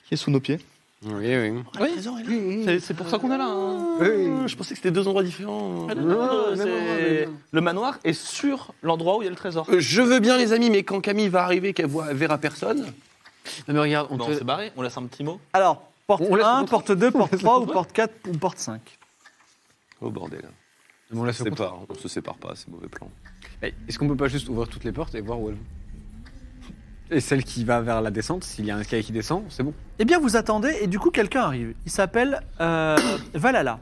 qui est sous nos pieds. ah. Oui, oui. C'est- C'est pour ça qu'on est là. hein. Euh, Ah, Je pensais que c'était deux endroits différents. Non, non, c'est- Le manoir est sur l'endroit où il y a le trésor. Euh, Je veux bien, les amis, mais quand Camille va arriver, qu'elle voit, elle verra personne. Non, mais regarde, on Bon, Ah, on te- s'est barré, on laisse un petit mot. Alors, porte On laisse 1, le porte 2, porte 3 ou porte 4 ou porte 5 Oh bordel. on la On se sépare, on se sépare pas, c'est mauvais plan. Mais Eh, Est-ce qu'on peut pas juste ouvrir toutes les portes et voir où elles vont Et celle qui va vers la descente, s'il y a un escalier qui descend, c'est bon. Eh bien, vous attendez et du coup, quelqu'un arrive. Il s'appelle euh, Valhalla.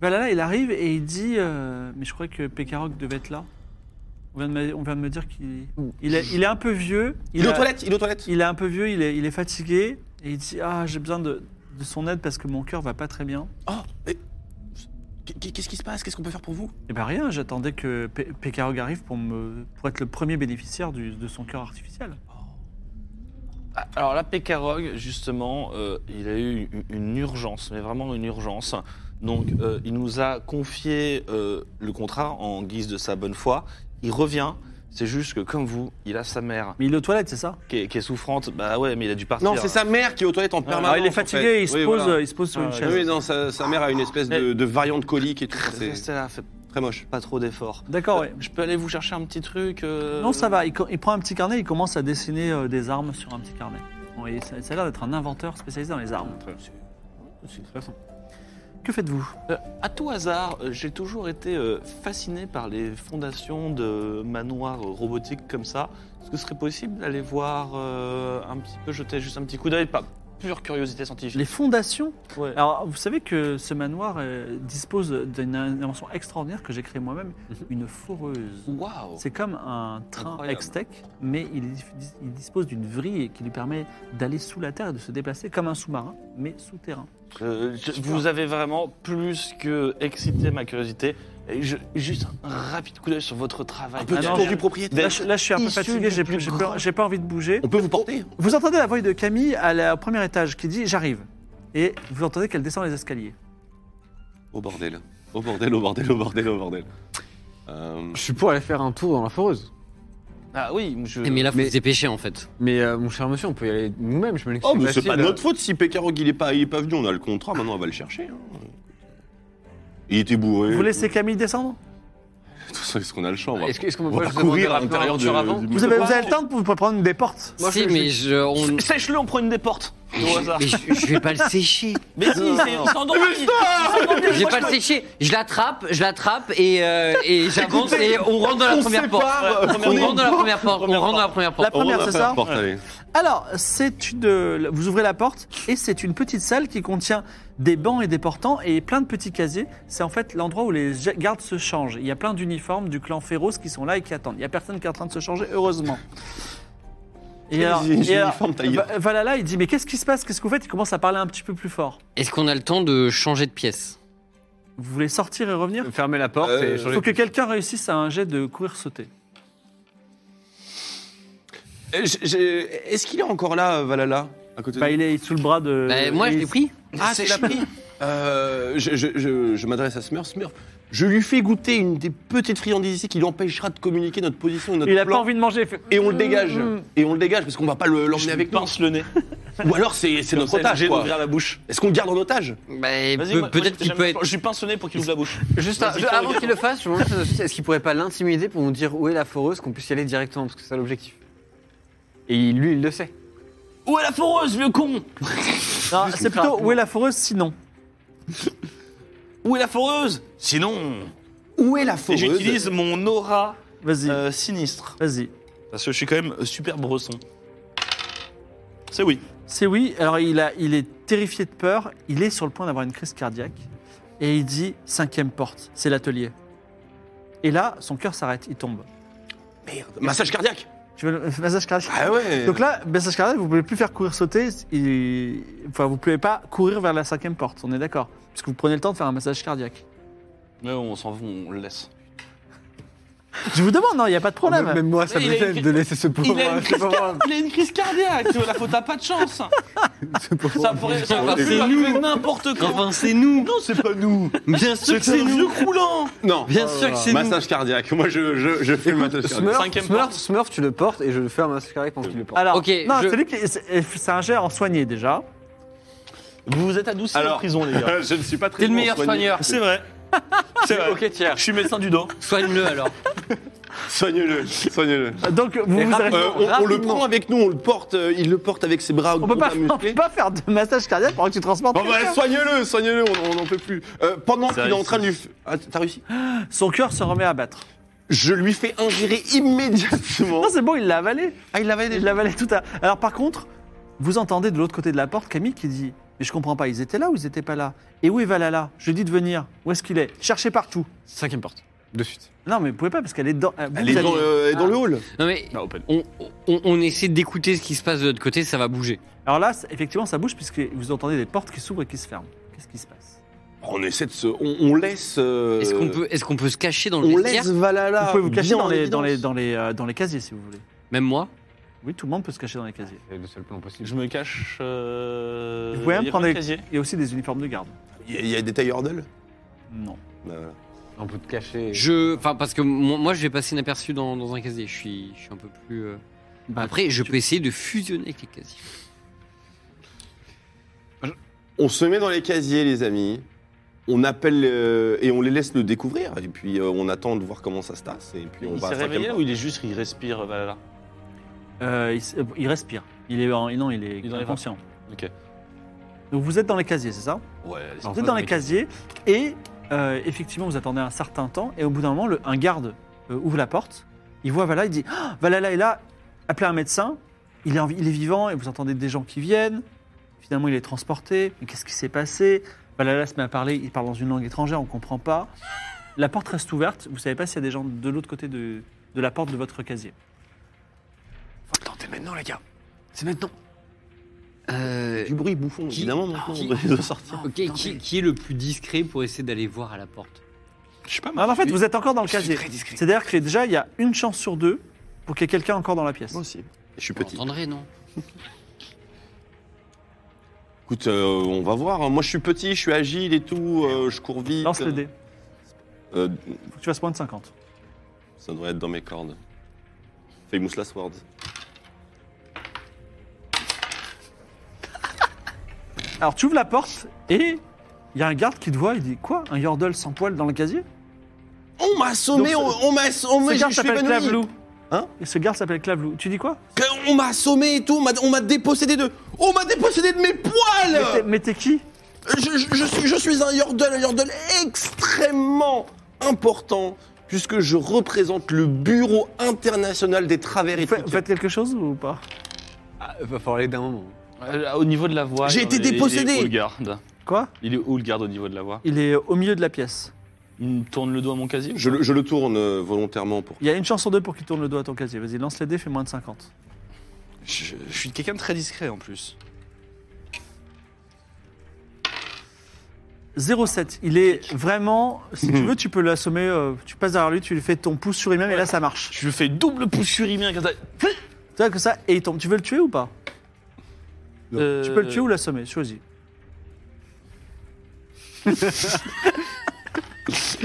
Valhalla, il arrive et il dit euh, Mais je crois que Pécaroc devait être là. On vient de me, on vient de me dire qu'il il est, il est un peu vieux. Il est aux a- toilettes, il est aux toilettes. Il est un peu vieux, il est, il est fatigué et il dit Ah, j'ai besoin de, de son aide parce que mon cœur va pas très bien. Oh, mais qu- qu'est-ce qui se passe Qu'est-ce qu'on peut faire pour vous Eh ben rien, j'attendais que Pe- Pécarog arrive pour, me, pour être le premier bénéficiaire du- de son cœur artificiel. Ah, Alors là, Pécarog, justement, euh, il a eu une- une urgence, mais vraiment une urgence. Donc, euh, il nous a confié euh, le contrat en guise de sa bonne foi. Il revient. C'est juste que, comme vous, il a sa mère Mais il est aux toilettes, c'est ça qui est, qui est souffrante. Bah ouais, mais il a dû partir. Non, c'est sa mère qui est aux toilettes en permanence. Ah, Il est en fatigué, fait. il, se Oui, pose, voilà. il se pose sur une Ah, chaise. Oui, non, sa, sa mère a une espèce de, de variante colique et tout. ça, c'est- Restez là, faites Très moche. pas trop d'efforts. D'accord, Ah ouais. Je peux aller vous chercher un petit truc euh, Non, ça va. Il, co- il prend un petit carnet, il commence à dessiner euh, des armes sur un petit carnet. Bon, et ça, ça a l'air d'être un inventeur spécialisé dans les armes. Que faites-vous Euh, à tout hasard, euh, j'ai toujours été euh, fasciné par les fondations de manoirs euh, robotiques comme ça. Est-ce que ce serait possible d'aller voir euh, un petit peu, jeter juste un petit coup d'œil Pas pure curiosité Les scientifique. fondations Ouais. Alors, vous savez que ce manoir euh, dispose d'une invention extraordinaire que j'ai créée moi-même, une foreuse. Waouh C'est comme un train Incroyable. ex-tech, mais il, dis- il dispose d'une vrille qui lui permet d'aller sous la terre et de se déplacer comme un sous-marin, mais souterrain. Euh, je- Vous avez vraiment plus que excité ma curiosité. Et je- juste un rapide coup d'œil sur votre travail. Un peu Ah de non, tour je- du propriétaire. Là, je, là, je suis un peu Issu fatigué, du j'ai plus j'ai grand- peur- j'ai pas envie de bouger. On peut vous porter Vous entendez la voix de Camille à la, au premier étage qui dit J'arrive. Et vous entendez qu'elle descend les escaliers. Au Oh, bordel. Au bordel, au bordel, au bordel, au bordel. Euh, Je suis pour aller faire un tour dans la foreuse. Ah oui, je... Eh, Mais là, faut Mais- se dépêcher en fait. Mais euh, mon cher monsieur, on peut y aller nous-mêmes. Je me dis que Oh, mais c'est facile. pas de notre faute si Pécarog il est pas, il est pas venu. On a le contrat, maintenant on va le chercher. hein. Il était bourré. Vous laissez Camille descendre De toute façon, est-ce qu'on a le champ on va- euh, Est-ce que- est-ce qu'on On peut pas va juste demander courir à rapidement l'intérieur un du, tour avant du vous avez, moteur. vous avez le temps, vous pouvez prendre des portes. si, mais je, on- Sèche-le, on prend une des portes au hasard. mais je, je vais pas le sécher. Mais si, c'est il s'endormit. Je vais pas le sécher. Je l'attrape, je l'attrape et, euh, et j'avance et on rentre dans la première porte. On rentre dans la première porte. On rentre dans la première La porte. On va première, faire c'est la ça porte, allez. Alors, c'est une, euh, vous ouvrez la porte et c'est une petite salle qui contient des bancs et des portants et plein de petits casiers. C'est en fait l'endroit où les ja- gardes se changent. Il y a plein d'uniformes du clan féroce qui sont là et qui attendent. Il n'y a personne qui est en train de se changer, heureusement. Et alors, les et alors, uniformes taillés. Va- Valhalla, il dit Mais qu'est-ce qui se passe Qu'est-ce que vous faites Il commence à parler un petit peu plus fort. Est-ce qu'on a le temps de changer de pièce Vous voulez sortir et revenir Fermer la porte Euh, et Il changer. faut que quelqu'un réussisse à un jet de courir-sauter. Euh, j'ai- j'ai- Est-ce qu'il est encore là, euh, Valhalla À côté de Bah, il est sous le bras de. Bah, Moi, je il- l'ai pris. Ah, c'est la pris Euh, Je, je- je- je m'adresse à Smurf. Smurf, je lui fais goûter une des petites friandises ici qui l'empêchera de communiquer notre position et notre Il a pas plan. envie de Mm. manger. il fait- Et on le dégage. Et on le dégage parce qu'on va pas le- l'emmener avec nous. Pince le nez. Ou alors c'est c'est notre ça, otage. j'ai quoi. d'ouvrir la bouche. Est-ce qu'on le garde en otage Bah, Vas-y, peu- moi- moi, peut-être j'étais qu'il jamais peut plan- être. Je suis pinçonné pour qu'il ouvre la bouche. Juste Vas-y, je- fais-le, avant qu'il le fasse, je me demande si- aussi, est-ce qu'il pourrait pas l'intimider pour nous dire où est la foreuse, qu'on puisse y aller directement, parce que c'est ça l'objectif. Et lui, il le sait. Où est la foreuse, vieux con Non, C'est plutôt où est la foreuse sinon Où est la foreuse Sinon, Où est la et foreuse j'utilise mon aura Vas-y. euh, sinistre. Vas-y. Parce que je suis quand même super bresson. C'est oui. C'est oui. Alors il, a, il est terrifié de peur. Il est sur le point d'avoir une crise cardiaque. Et il dit cinquième porte, c'est l'atelier. Et là, son cœur s'arrête, il tombe. Merde, massage cardiaque Tu veux le massage cardiaque Ah ouais Donc là, massage cardiaque, vous pouvez plus faire courir sauter. il- Enfin, vous pouvez pas courir vers la cinquième porte. On est d'accord, puisque vous prenez le temps de faire un massage cardiaque. Mais on s'en va, on le laisse. Je vous demande, non, il n'y a Ah, pas de problème. Même moi, ça Il me a gêne écrit- de laisser ce pauvre. Il a une ce pauvre- Il a une crise cardiaque, la faute, t'as pas de chance. ce pauvre- Ça pourrait, ça va C'est plus arriver n'importe quand. Enfin, c'est nous. non, c'est pas nous Bien sûr que c'est nous. roulant Non, Oh Bien sûr que c'est nous. massage cardiaque. Moi, je, je, je fais le massage cardiaque. Smurf, Cinquième Smurf, porte. Smurf, tu le portes et je le fais un mascarade pendant qu'il le porte. Alors, Ok, non, je- c'est lui qui, c'est c'est un jet en soigné déjà. Vous vous êtes adouci en Alors. prison, les gars. je ne suis pas très T'es le bon meilleur soigné. soigneur. C'est vrai. C'est vrai. Ok, tiens. Je suis médecin du dos. Soigne-le alors. Soignez-le, soignez-le. Donc, vous vous arrêtez. Euh, on, on le rapidement. prend avec nous, on le porte, euh, il le porte avec ses bras. On peut, pas, bras on peut pas faire de massage cardiaque pendant que tu transportes. Bon bah quelqu'un. soignez-le, soignez-le, on- on n'en peut plus. Euh, pendant Ça qu'il est en réussit. train de lui... f- Ah, t'as réussi Son cœur se remet à battre. Je lui fais ingérer immédiatement. Non, c'est bon, il l'a avalé. Oh. Ah, il l'avait Il l'a avalé tout à. Alors, par contre, vous entendez de l'autre côté de la porte Camille qui dit Mais je comprends pas, ils étaient là ou ils étaient pas là Et où est Valhalla Je lui ai dit de venir. Où est-ce qu'il est Cherchez partout. Ah. Cinquième porte. De suite. Non, mais vous pouvez pas parce qu'elle est dans. euh, vous Elle est avez- dans, le, elle est euh, dans le hall. Non mais Bah, open. on, on- on essaie d'écouter ce qui se passe de l'autre côté, ça va bouger. Alors là, c'est- effectivement, ça bouge puisque vous entendez des portes qui s'ouvrent et qui se ferment. Qu'est-ce qui se passe On essaie de se... On, on laisse... euh, Est-ce qu'on peut, est-ce qu'on peut se cacher dans le On vestiaire laisse Valhalla Vous pouvez vous cacher bien dans en les, dans, les, évidence. dans, les, euh, dans les casiers si vous voulez. Même moi. Oui, tout le monde peut se cacher dans les casiers. C'est le seul plan possible. Je me cache. Euh... Vous pouvez même il y a prendre pas de des- casier Il y a aussi des uniformes de garde. Il y a- il y, a des tailleurs d'hôtel Non. Bah, voilà. On peut te cacher. Je, enfin parce que moi, moi, je vais passer inaperçu dans, dans un casier. Je suis, je suis un peu plus. euh, Bah, Après, je peux essayer de fusionner avec les casiers. On se met dans les casiers, les amis. On appelle euh, et on les laisse le découvrir. Et puis euh, on attend de voir comment ça se passe. Et puis on Il va à s'est la cinquième réveillé porte. ou il est juste, il respire, bah Valhalla Euh, il, s- euh, il respire. Il est, en- non, il est Il est dans les inconscient. Ok. Donc vous êtes dans les casiers, c'est ça Ouais, Ah, allez, Vous êtes dans les casiers et euh, effectivement vous attendez un certain temps et au bout d'un moment le- un garde euh, ouvre la porte, il voit Valhalla, il dit Ah, Valhalla est là, appelez un médecin, il est, en vie- il est vivant et vous entendez des gens qui viennent, finalement il est transporté, mais qu'est-ce qui s'est passé Valhalla se met à parler, il parle dans une langue étrangère, on ne comprend pas. La porte reste ouverte, vous savez pas s'il y a des gens de l'autre côté de, de la porte de votre casier. C'est maintenant. Euh, Du bruit bouffon, Qui- évidemment, maintenant. qui- on doit sortir. ok, qui, qui est le plus discret pour essayer d'aller voir à la porte Je suis pas Ah, en fait vous êtes encore dans le Je suis casier. très discret. C'est-à-dire que déjà il y a une chance sur deux pour qu'il y ait quelqu'un encore dans la pièce. Moi aussi. Je suis Vous petit. entendrez, non Écoute, euh, on va voir. hein. Moi, je suis petit, je suis agile et tout. euh, je cours vite. Lance le dé, Euh, faut que tu fasses moins de 50. ça devrait être dans mes cordes. Famous Last Word. Alors tu ouvres la porte et il y a un garde qui te voit, il dit quoi Un yordle sans poil dans le casier On m'a assommé, Donc, on, on m'a assommé, Ce je garde je suis s'appelle évanoui. Clavelou. Hein Et ce garde s'appelle Clavelou. Tu dis quoi Que- On m'a assommé et tout, on m'a- on m'a dépossédé de... On m'a dépossédé de mes Mais t'es- poils Mais t'es qui je, je- je suis, je suis un Yordle, un Yordle extrêmement important, puisque je représente le Bureau international des travers Vous faites, vous éthiques. faites quelque chose ou pas Ah, il va falloir aller d'un moment. Euh, Au niveau de la voix. J'ai il- été il- il est dépossédé. où le garde Quoi Il est où le garde au niveau de la voix Il est au milieu de la pièce. Il me tourne le dos à mon casier Je, le- je le tourne euh, volontairement pour... Il y a une chance sur deux pour qu'il tourne le doigt à ton casier. Vas-y, lance les dés, fais moins de 50. Je, je suis quelqu'un de très discret en plus. 0,7. Il est vraiment. Si tu veux, tu peux l'assommer. euh, tu passes derrière lui, tu lui fais ton pouce sur lui-même et là ça marche. Je lui fais double pouce sur Imien comme ça. Tu vois que ça et il tombe. Tu veux le tuer ou pas Euh, Tu peux le tuer ou l'assommer Choisis.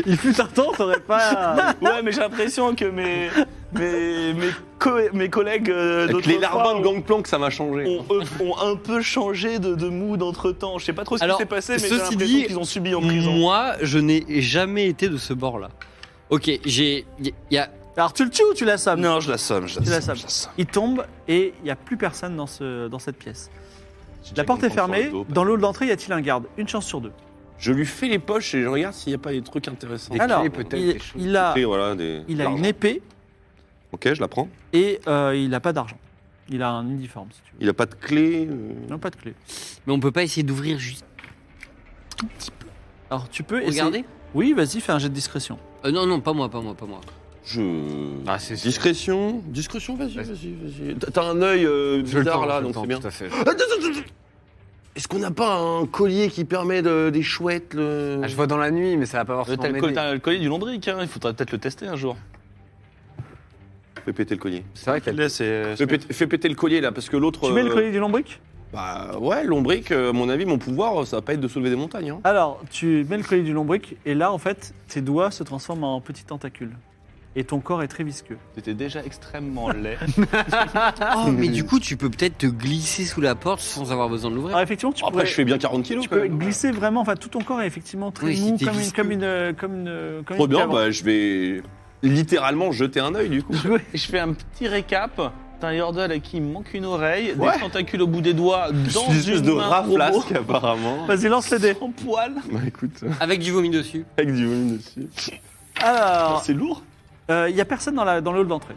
il fut un temps, t'aurais pas. Ouais, mais j'ai l'impression que mes, mes, mes, co- mes collègues euh, Avec d'autres les fois larbins de ont, Gangplank, ça m'a changé. Oh. ont, eux, ont un peu changé de, de mood entre temps. Je sais pas trop ce Alors, qui s'est passé, mais j'ai ceci l'impression dit, qu'ils ont subi en prison. Moi, je n'ai jamais été de ce bord-là. Ok, j'ai, il y, y a, Alors tu le tues ou tu l'assommes Non, je l'assomme, je Tu l'assomme. l'assommes. je l'assomme. Il tombe et il n'y a plus personne dans, ce, dans cette pièce. La porte est fermée. Dans l'hall d'entrée, y a-t-il un garde Une chance sur deux. Je lui fais les poches et je regarde s'il n'y a pas des trucs intéressants. Des Alors, clés, peut-être, il, des choses. il a, Et voilà, des- il a l'argent. une épée Ok, je la prends. et euh, il n'a pas d'argent. Il a un uniforme, si tu veux. Il a pas de clé. euh, Non, pas de clé. mais on peut pas essayer d'ouvrir juste. Alors tu peux essayer- Regardez. Oui, vas-y, fais un jet de discrétion. Euh, non, non, pas moi, pas moi, pas moi. Je. Ah, c'est sûr. discrétion. Discrétion, vas-y, Vas-y. vas-y, vas-y. T'as- T'as un œil euh, Je le bizarre tends, là, je le donc tends, c'est bien. Ah, Tout à fait. Attends, attends, attends. Est-ce qu'on n'a pas un collier qui permet de- des chouettes le... Ah, je vois dans la nuit, mais ça va pas Euh, forcément T'as le, m'aider. col- t'as le collier du lombric, hein. il faudra peut-être le tester un jour. Fais péter le collier. C'est vrai qu'elle. Là, c'est. Fais péter, fais péter le collier là, parce que l'autre. Tu mets le euh, collier du lombric Bah ouais, l'ombrique, euh, à mon avis, mon pouvoir, ça va pas être de soulever des montagnes. Hein. Alors, tu mets le collier du lombric et là, en fait, tes doigts se transforment en petits tentacules. et ton corps est très visqueux. C'était déjà extrêmement laid. Ah. Oh, mais du coup, tu peux peut-être te glisser sous la porte sans avoir besoin de l'ouvrir. Ah. Alors effectivement, tu, Après, pourrais- je fais bien 40 kilos tu quand peux même. glisser vraiment, enfin tout ton corps est effectivement très Oui, mou, si t'es comme une, visqueux. comme une, comme une, comme Trop une bien, caverne. bah, je vais littéralement jeter un œil du coup. Et je fais un petit récap. T'as un Yordle à qui il manque une oreille, Ouais. des tentacules au bout des doigts, Je dans suis une espèce une de main robot, raflasque apparemment. Vas-y, lance les dés. en poil. Bah écoute, Avec du vomi dessus. avec du volume dessus. Alors, C'est lourd. il n'y a personne dans, la, dans le hall d'entrée.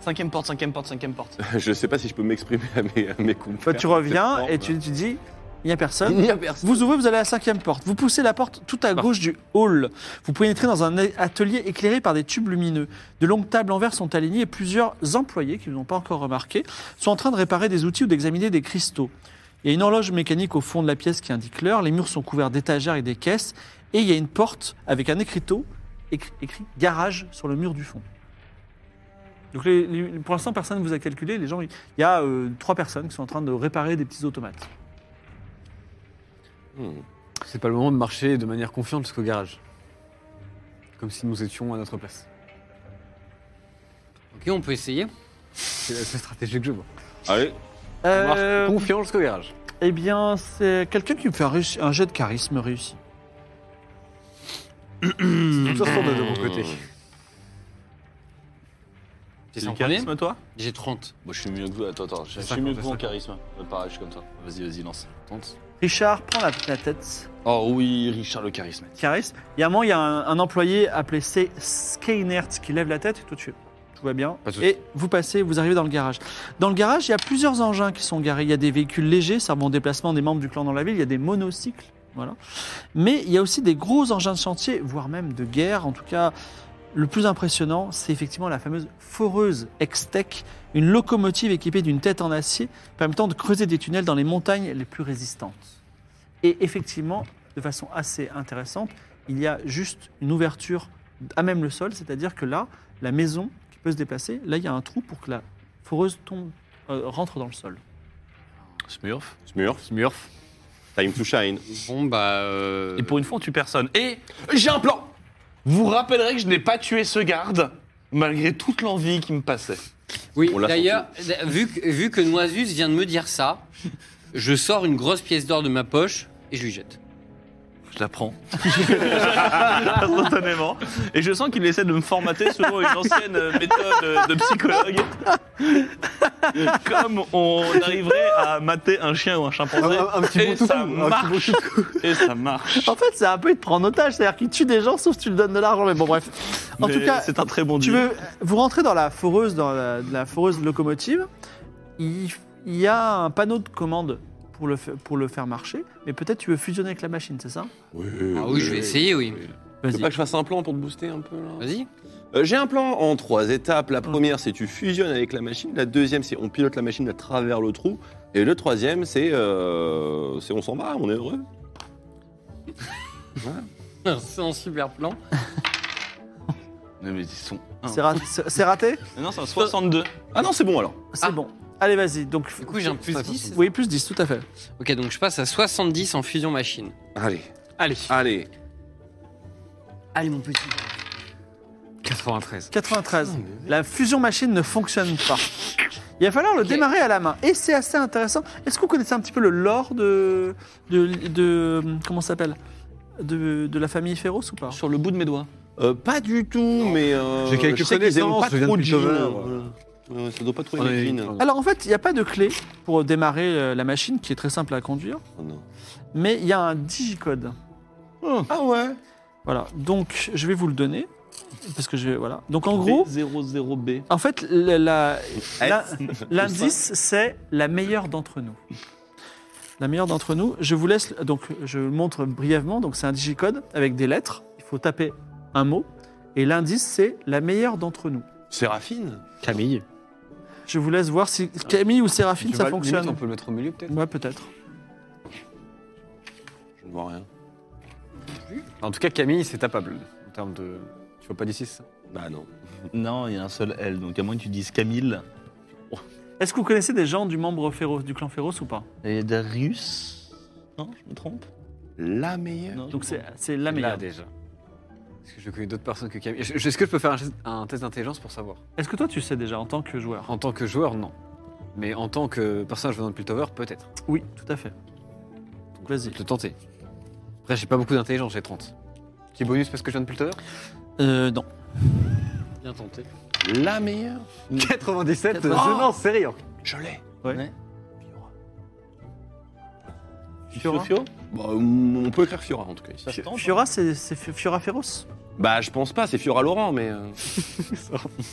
Cinquième porte, cinquième porte, cinquième porte. Je sais pas si je peux m'exprimer à mes, à mes compères. Toi, Bah, tu reviens Cette et forme. tu, tu dis, il n'y a personne. Il n'y a personne. Vous ouvrez, vous allez à la cinquième porte. Vous poussez la porte tout à gauche du hall. Vous pénétrez dans un atelier éclairé par des tubes lumineux. De longues tables en verre sont alignées et plusieurs employés, qui ne l'ont pas encore remarqué, sont en train de réparer des outils ou d'examiner des cristaux. Il y a une horloge mécanique au fond de la pièce qui indique l'heure. Les murs sont couverts d'étagères et des caisses. Et il y a une porte avec un écriteau écrit, écrit garage sur le mur du fond. Donc les- les- pour l'instant, personne ne vous a calculé. Les gens, il y a euh, trois personnes qui sont en train de réparer des petits automates. Hmm. C'est pas le moment de marcher de manière confiante jusqu'au garage. Comme si nous étions à notre place. Ok, on peut essayer. C'est la seule stratégie que je vois. Allez, On marche Euh, confiant jusqu'au garage. Eh bien, c'est quelqu'un qui me fait un, réussi- un jet de charisme réussi. De toute façon, on est de mon côté. T'es sans premier toi J'ai 30. Moi, je suis mieux que vous. Attends, attends. Je suis 50, mieux que vous en c'est 50. charisme. Euh, Pareil, je suis comme toi. Vas-y, vas-y, lance. Tente. Richard prend la, la tête. Oh oui, Richard le charisme. Charisme. Il y a un moment, il y a un, un employé appelé C. Skeinert qui lève la tête et tout de suite. Tout va bien. Pas de souci. Et vous passez, vous arrivez dans le garage. Dans le garage, il y a plusieurs engins qui sont garés. Il y a des véhicules légers servant au déplacement des membres du clan dans la ville. Il y a des monocycles. Voilà. Mais il y a aussi des gros engins de chantier, voire même de guerre. En tout cas, le plus impressionnant, c'est effectivement la fameuse foreuse Extec, une locomotive équipée d'une tête en acier permettant de creuser des tunnels dans les montagnes les plus résistantes. Et effectivement, de façon assez intéressante, il y a juste une ouverture à même le sol, c'est-à-dire que là, la maison qui peut se déplacer, là, il y a un trou pour que la foreuse tombe, euh, rentre dans le sol. Smurf. Smurf, Smurf. time to shine. Bon, bah. euh, Et pour une fois, on tue personne. Et j'ai un plan Vous rappellerez que je n'ai pas tué ce garde, malgré toute l'envie qui me passait. Oui, On l'a d'ailleurs, vu que, vu que Noisus vient de me dire ça, je sors une grosse pièce d'or de ma poche et je lui jette. Je la prends. Instantanément. Et je sens qu'il essaie de me formater selon une ancienne euh, méthode euh, de psychologue. Comme on arriverait à mater un chien ou un chimpanzé. et, ça marche. et ça marche. En fait, c'est un peu de prendre en otage, c'est-à-dire qu'il tue des gens sauf tu lui donnes de l'argent, mais bon, bref. En Mais tout cas, c'est un très bon Tu deal. veux, vous rentrez dans la foreuse, dans la, de la foreuse locomotive. Il, il y a un panneau de commande pour le, fa- pour le faire marcher, mais peut-être tu veux fusionner avec la machine, c'est ça Oui, Ah oui, je vais essayer, oui. Tu veux Vas-y. pas que je fasse un plan pour te booster un peu là Vas-y. Euh, J'ai un plan en trois étapes. La première, c'est tu fusionnes avec la machine. La deuxième, c'est on pilote la machine à travers le trou. Et le troisième, c'est euh, c'est on s'en va, on est heureux. C'est un super plan. Non, mais ils sont. C'est ra- c'est- c'est raté Non, c'est un 62. Ah non, c'est bon alors. C'est Ah. bon. Allez, vas-y. Donc, Du coup, j'ai un plus 10. Oui, plus 10, tout à fait. Ok, donc je passe à 70 en fusion machine. Allez, Allez. allez. Allez, mon petit. 93. 93. La fusion machine ne fonctionne pas. Il va falloir le démarrer à la main. Et c'est assez intéressant. Est-ce que vous connaissez un petit peu le lore de. de. de comment ça s'appelle de, de la famille Féroce ou pas Sur le bout de mes doigts. Euh, pas du tout, mais. euh, J'ai quelques je sais qu'ils aiment connaissances, pas je viens trop de jeans. Piltover. Euh, ça doit pas Ah trop aimer les jeans. Alors en fait, il n'y a pas de clé pour démarrer euh, la machine qui est très simple à conduire, Oh, non. mais il y a un digicode. Ah ouais Voilà. Donc je vais vous le donner parce que je vais- voilà. Donc en gros, 00B. en fait, la- la- Eh, la- l'indice c'est la meilleure d'entre nous. La meilleure d'entre nous. Je vous laisse donc je le montre brièvement. Donc c'est un digicode avec des lettres. Il faut taper un mot et l'indice c'est la meilleure d'entre nous. Séraphine Camille. Je vous laisse voir si Camille ou Séraphine ça on fonctionne. peut le mettre au milieu peut-être Ouais peut-être. Je ne vois rien. En tout cas, Camille, c'est tapable. En termes de. Tu vois pas d'ici, c'est ça Bah non. Non, il y a un seul L, donc à moins que tu dises Camille. Est-ce que vous connaissez des gens du membre féroce, du clan féroce ou pas Et Darius Non, je me trompe La meilleure. Non, je Donc me c'est trompe. c'est la Là meilleure. déjà. Parce que je connais d'autres personnes que Camille. Je- je- Est-ce que je peux faire un, geste- un test d'intelligence pour savoir Est-ce que toi, tu sais déjà en tant que joueur En tant que joueur, non. Mais en tant que personnage venant de Piltover, peut-être. Oui, tout à fait. Donc Je vas-y. peux le tenter. Après, j'ai pas beaucoup d'intelligence, j'ai 30. Petit bonus parce que je viens de Piltover Euh, non. Bien tenté. La meilleure 97 Oh Je n'en sais rien. Je l'ai. Fiora, Fiora Bah, On peut écrire Fiora en tout cas. ici. se tente, Fiora c'est c'est Fi- Fiora Féroce Bah, je pense pas, c'est Fiora Laurent, mais. euh,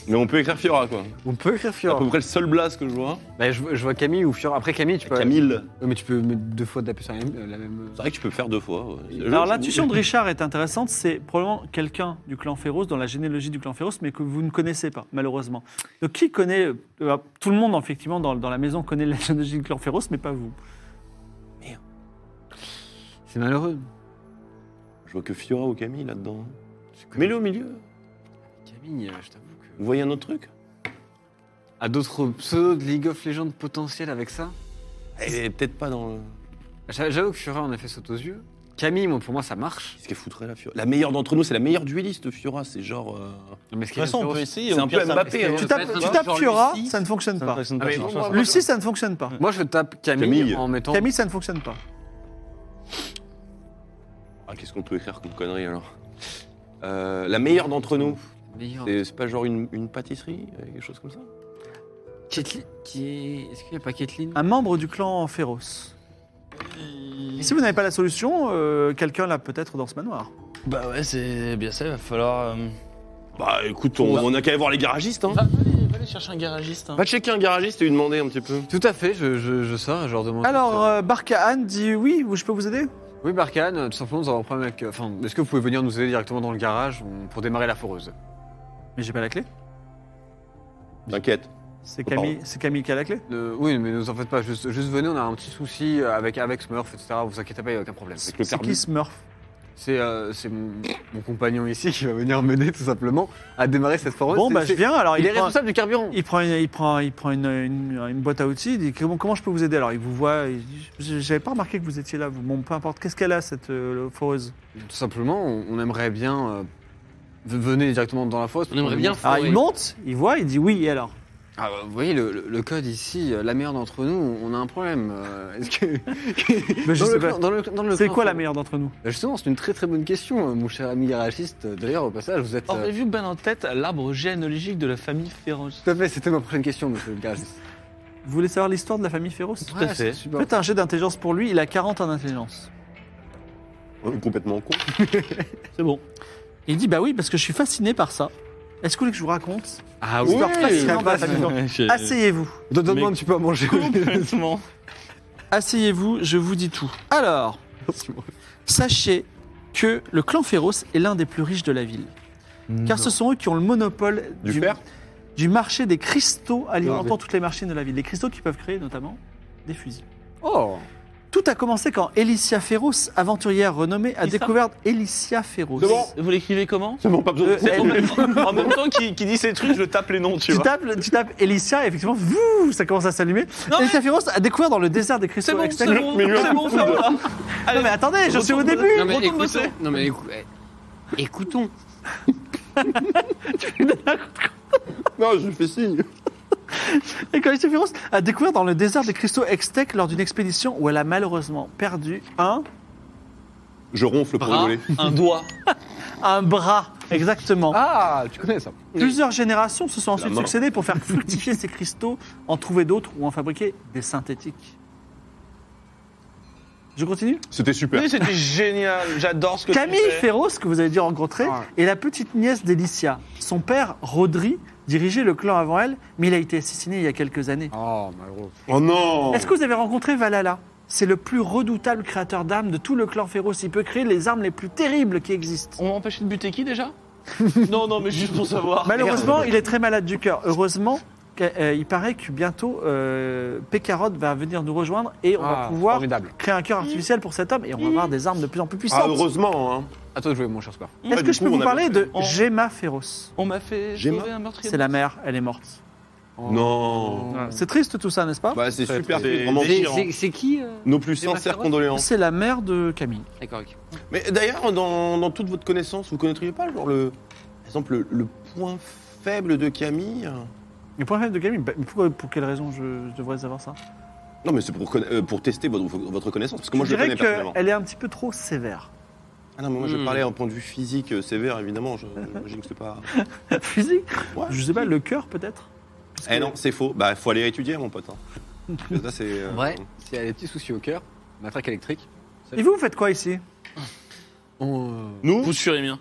mais on peut écrire Fiora, quoi. On peut écrire C'est à Fiora. peu près le seul blast que je vois. Ah, Bah, je, je vois Camille ou Fiora. Après, Camille, tu peux. Camille. Ouais, mais tu peux mettre deux fois d'appeler sur la même. euh, la même- C'est vrai que tu peux le faire deux fois. ouais. Alors l'intuition de Richard est intéressante, c'est probablement quelqu'un du clan Féroce, dans la généalogie du clan Féroce, mais que vous ne connaissez pas, malheureusement. Donc qui connaît, euh, tout le monde effectivement dans, dans la maison connaît la généalogie du clan Féroce, mais pas vous. C'est malheureux. Je vois que Fiora ou Camille là-dedans. Mets-le au milieu. Camille, euh, je t'avoue que. Vous voyez un autre truc À d'autres pseudos de League of Legends potentiels avec ça Bah, Elle est peut-être pas dans le. J'a- J'avoue que Fiora en a fait saute aux yeux. Camille, moi, pour moi, ça marche. Qu'est-ce qu'elle foutrait la Fiora La meilleure d'entre nous, c'est la meilleure dueliste, Fiora. C'est genre. euh, Non, mais De toute ce qu'il façon, on Féroce- peut essayer. C'est au un pire, peu ça- Mbappé. hein. Tu tapes, tu tapes Fiora, ça ne fonctionne ça ne pas. fonctionne Ah, pas. mais ça non, marche moi, pas. Lucie, ça ne fonctionne pas. Moi, je tape Camille, Camille. en mettant. Camille, ça ne fonctionne pas. Ah, Qu'est-ce qu'on peut écrire comme connerie alors Euh, La meilleure d'entre nous. Meilleur. C'est c'est pas genre une, une pâtisserie euh, Quelque chose comme ça Caitlyn- qui est- Est-ce qu'il n'y a pas Caitlyn Ah, Un membre du clan Féroce. Et si vous n'avez pas la solution, euh, quelqu'un l'a peut-être dans ce manoir. Bah ouais, c'est bien ça, il va falloir. euh, Bah écoute, on, on a qu'à aller voir les garagistes. Hein. Va, va aller, va aller chercher un garagiste. hein. Va checker un garagiste et lui demander un petit peu. Tout à fait, je, je, je sors et je leur demande. Alors, euh, Barkahan dit oui, je peux vous aider Oui, Barkhane, euh, tout simplement, nous avons un problème avec. euh, Enfin, est-ce que vous pouvez venir nous aider directement dans le garage on- pour démarrer la foreuse Mais j'ai pas la clé. T'inquiète. C'est Camille, c'est Camille qui a la clé. Euh, Oui, mais ne vous en faites pas, juste, juste venez, on a un petit souci euh, avec, avec Smurf, etc. Vous inquiétez pas, il n'y a aucun problème. Avec le C'est qui Smurf C'est euh, c'est mon, mon compagnon ici qui va venir m'aider, tout simplement, à démarrer cette foreuse. Bon, C'est- bah je c'est- viens. Alors, Il est prend, responsable du carburant il prend, une, il prend, il prend une, une- une boîte à outils. Il dit comment, comment je peux vous aider Alors, il vous voit. il dit, J- J'avais pas remarqué que vous étiez là. Vous, bon, peu importe. Qu'est-ce qu'elle a cette euh, foreuse Tout simplement, on, on aimerait bien. euh, v- venez directement dans la fosse. On aimerait bien Alors, forer. il monte, il voit, il dit oui. Et alors Ah, bah, vous voyez, le, le- le code ici, euh, la meilleure d'entre nous, on a un problème. euh, Est-ce que. Mais je Dans sais le pas. clan- dans le- dans le C'est clan, quoi la faut- meilleure d'entre nous Bah, Justement, c'est une très très bonne question, euh, mon cher ami garagiste. D'ailleurs, au passage, vous êtes. euh, Auriez-vous bien en tête l'arbre généalogique de la famille Féroce Tout à fait, c'était ma prochaine question, monsieur le garagiste. Vous voulez savoir l'histoire de la famille féroce Tout à fait. c'est super. Faites un jet d'intelligence pour lui. Il a 40 en intelligence. Oh, Complètement con. C'est bon. Il dit bah oui parce que je suis fasciné par ça. Est-ce que vous voulez que je vous raconte Ah Histoire ouais, fascinante de la ça famille me- Féroce. Asseyez-vous. Donne- Donne-moi Mais- un petit peu à manger. Complètement. Asseyez-vous, je vous dis tout. Alors, sachez que le clan Féroce est l'un des plus riches de la ville. Car ce sont eux qui ont le monopole Du fer du marché des cristaux alimentant toutes les machines de la ville. Des cristaux qui peuvent créer notamment des fusils. Oh Tout a commencé quand Elicia Féroce, aventurière renommée, a Qui ça découvert Elicia Féroce. C'est bon. Vous l'écrivez comment C'est bon, pas besoin de. Euh, C'est En bon. même temps, en même temps qu'il qu'il dit ces trucs, je tape les noms, tu Tu vois. tapes, tu tapes Elicia et effectivement, vous, ça commence à s'allumer. Non, mais- Elicia Féroce a découvert dans le désert des C'est cristaux bon, c'est extérieurs- bon, Mais lui, c'est bon, ferme là. Non mais attendez, je suis au retourne- début. Non mais, Retourne écoutons, bosser. non, mais écou- eh, écoutons. Non, je fais signe. Et quand Alicia Féroce a découvert dans le désert des cristaux Extec lors d'une expédition où elle a malheureusement perdu un, Je ronfle pour Bras, rigoler. un doigt. un bras. Exactement. Ah, tu connais ça. Plusieurs générations se sont ensuite main. succédées pour faire fructifier ces cristaux, en trouver d'autres ou en fabriquer des synthétiques. Je continue C'était super. Mais c'était génial, j'adore ce que tu Camille fais. Féroce, que vous avez dû rencontrer, Ah. est la petite nièce d'Elicia. Son père, Rodri, dirigeait le clan avant elle, mais il a été assassiné il y a quelques années. Oh, malheureux. Oh non Est-ce que vous avez rencontré Valhalla C'est le plus redoutable créateur d'armes de tout le clan féroce. Il peut créer les armes les plus terribles qui existent. On m'a empêché de buter qui déjà Non, non, mais juste pour savoir. Malheureusement, il est très malade du cœur. Heureusement, que- euh, il paraît que bientôt euh, Pécarotte va venir nous rejoindre et on va Ah, pouvoir Formidable. créer un cœur artificiel pour cet homme et on va avoir des armes de plus en plus Ah, puissantes. heureusement, hein. À toi de jouer, mon cher Spar. Ouais, Est-ce que du je coup, peux on vous a parler de On- Gemma Féroce On m'a fait Gemma sauver un meurtrier. C'est la mère, elle est morte. Non. Voilà. C'est triste tout ça, n'est-ce pas Bah, c'est Ça va être super, des- c'est vraiment des- C'est- chiant. c'est- C'est qui euh Nos plus sincères macarons condoléances. C'est la mère de Camille. D'accord, ok. Mais d'ailleurs, dans, dans toute votre connaissance, vous connaîtriez pas, genre, le, par exemple, le, le point faible de Camille Mais pour de Camille, bah, mais pourquoi- pour quelle raison je, je devrais savoir ça Non, mais c'est pour, conna- euh, pour tester votre, votre connaissance, parce que moi, je, Je le connais dirais personnellement. qu'elle est un petit peu trop sévère. Ah non, mais moi, je Hmm. parlais d'un point de vue physique euh, sévère, évidemment. je- J'imagine que c'est pas... Physique Ouais. Je sais pas, le cœur peut-être Parce Eh que- non, c'est faux. Bah, faut aller étudier, mon pote. hein. Parce que ça, c'est... euh, Ouais. Si elle a des petits soucis au cœur, matraque électrique. Et vous, vous faites quoi ici Nous euh, Pousse sur les miens.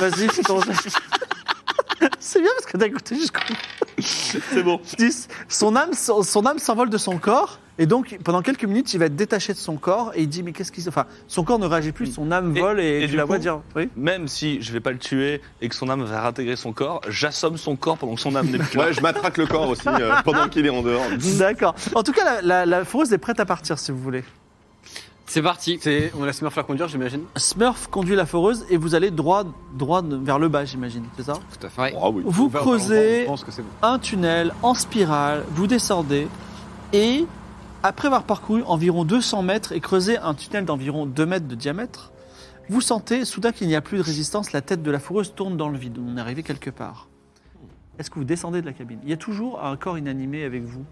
Vas-y, c'est ton C'est bien parce que t'as écouté jusqu'au bout. C'est bon. 10. Son âme, son son âme s'envole de son corps. Et donc, pendant quelques minutes, il va être détaché de son corps et il dit Mais qu'est-ce qui se. Enfin, son corps ne réagit plus, son âme Et- vole et, et tu du la coup- vois dire Oui. Même si je vais pas le tuer et que son âme va réintégrer son corps, j'assomme son corps pendant que son âme n'est plus là. Ouais, je matraque le corps aussi, euh, pendant qu'il est en dehors. D'accord. En tout cas, la, la, la foreuse est prête à partir si vous voulez. C'est parti. C'est- On laisse Murphy conduire, j'imagine. Smurf conduit la foreuse et vous allez droit, droit vers le bas, j'imagine, c'est ça Tout à fait. Ouais. Ah oui. Vous Enfin, creusez. Je pense que c'est bon. un tunnel en spirale, vous descendez et après avoir parcouru environ 200 mètres et creusé un tunnel d'environ 2 mètres de diamètre, vous sentez soudain qu'il n'y a plus de résistance, la tête de la fourreuse tourne dans le vide, on est arrivé quelque part. Est-ce que vous descendez de la cabine Il y a toujours un corps inanimé avec vous.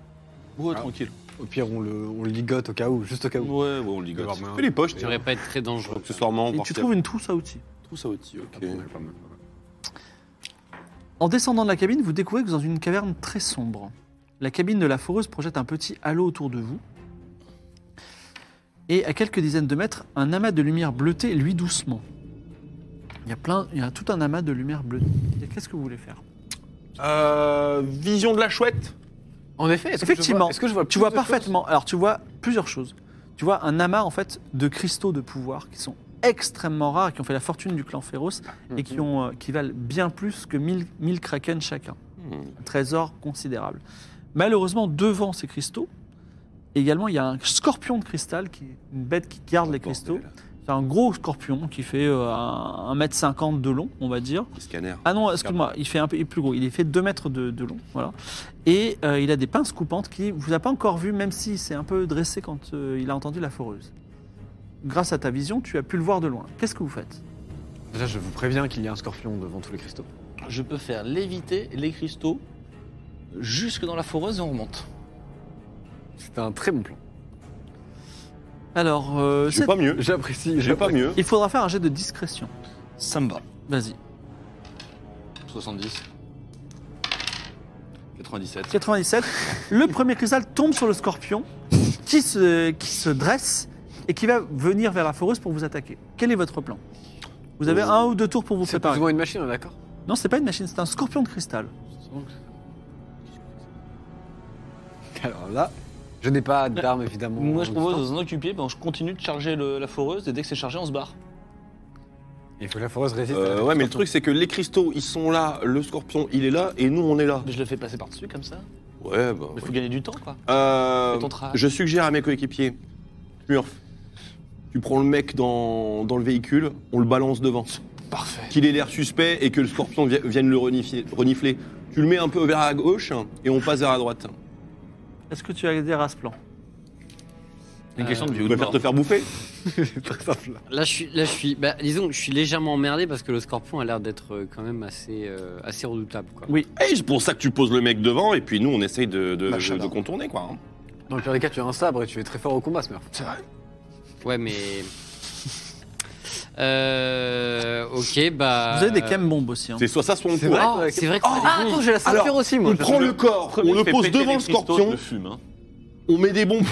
Ouais, tranquille. Au pire, on le, on le ligote au cas où, juste au cas Ouais, où. ouais, on ligote. Fais les poches, Ça devrait pas être très dangereux. Accessoirement, Et voir tu s'il y a- trouves une trousse à outils. trousse à outils, Ah ok. En descendant de la cabine, vous découvrez que vous êtes dans une caverne très sombre. La cabine de la foreuse projette un petit halo autour de vous. Et à quelques dizaines de mètres, un amas de lumière bleutée lui doucement. Il y a plein, il y a tout un amas de lumière bleutée. Qu'est-ce que vous voulez faire Euh, vision de la chouette. En effet, est-ce que je Effectivement. vois- Est-ce que je vois Tu plus vois de choses parfaitement. Alors tu vois plusieurs choses. Tu vois un amas en fait de cristaux de pouvoir qui sont extrêmement rares, qui ont fait la fortune du clan Féroce et Mhm. qui ont, euh, qui valent bien plus que 1000 1000 kraken chacun. Hmm. Un trésor considérable. Malheureusement, devant ces cristaux, également il y a un scorpion de cristal qui est une bête qui garde les cristaux. C'est un gros scorpion qui fait euh, un 1m50 de long, on va dire. Le Scanner. Ah non, excuse-moi, il fait un peu il est plus gros. Il est fait 2 mètres de, de long. Voilà. Et euh, il a des pinces coupantes qui vous a pas encore vu, même si c'est un peu dressé quand euh, il a entendu la foreuse. Grâce à ta vision, tu as pu le voir de loin. Qu'est-ce que vous faites Déjà, je vous préviens qu'il y a un scorpion devant tous les cristaux. Je peux faire léviter les cristaux jusque dans la foreuse et on remonte. C'est un très bon plan. Alors, euh, Je veux c'est- pas mieux. J'apprécie. Je veux pas mieux. il faudra faire un jet de discrétion. Ça me va. Vas-y. 70. 97. 97. le premier cristal tombe sur le scorpion qui se, qui se dresse et qui va venir vers la foreuse pour vous attaquer. Quel est votre plan Vous Euh, avez un ou deux tours pour vous C'est plus préparer. ou moins une machine, on est d'accord Non, c'est pas une machine, c'est un scorpion de cristal. Alors là, je n'ai pas d'arme évidemment. Moi, je en propose de distance. nous en occuper pendant je continue de charger le- la foreuse et dès que c'est chargé, on se barre. Il faut que la foreuse résiste. Euh, ouais, mais le truc, c'est que les cristaux, ils sont là, le scorpion, il est là, et nous, on est là. Mais je le fais passer par-dessus comme ça. Ouais, bah. Il faut ouais. gagner du temps, quoi. Euh, Fais ton travail. je suggère à mes coéquipiers, Murph, tu prends le mec dans, dans le véhicule, on le balance devant. Parfait. Qu'il ait l'air suspect et que le scorpion vi- vienne le renifler, renifler. Tu le mets un peu vers la gauche et on passe vers la droite. Est-ce que tu as aidé à ce plan Une question de vie Tu ou de préfères mort. te faire bouffer Là, je suis, là, je suis, bah, disons, que je suis légèrement emmerdé parce que le scorpion a l'air d'être euh, quand même assez, euh, assez redoutable, quoi. Oui. Eh, C'est pour ça que tu poses le mec devant et puis nous, on essaye de, de- de, de contourner, quoi. hein. Dans le pire des cas, tu as un sabre et tu es très fort au combat, Smurf. Ouais, mais. Euh, ok, bah. Vous avez des cam-bombes aussi. hein. C'est soit ça, soit on C'est court. vrai Oh, c'est vrai que. Ah, attends, j'ai la ceinture Alors, aussi, On prend le corps, on le pose devant le scorpion, hein. on met des bombes.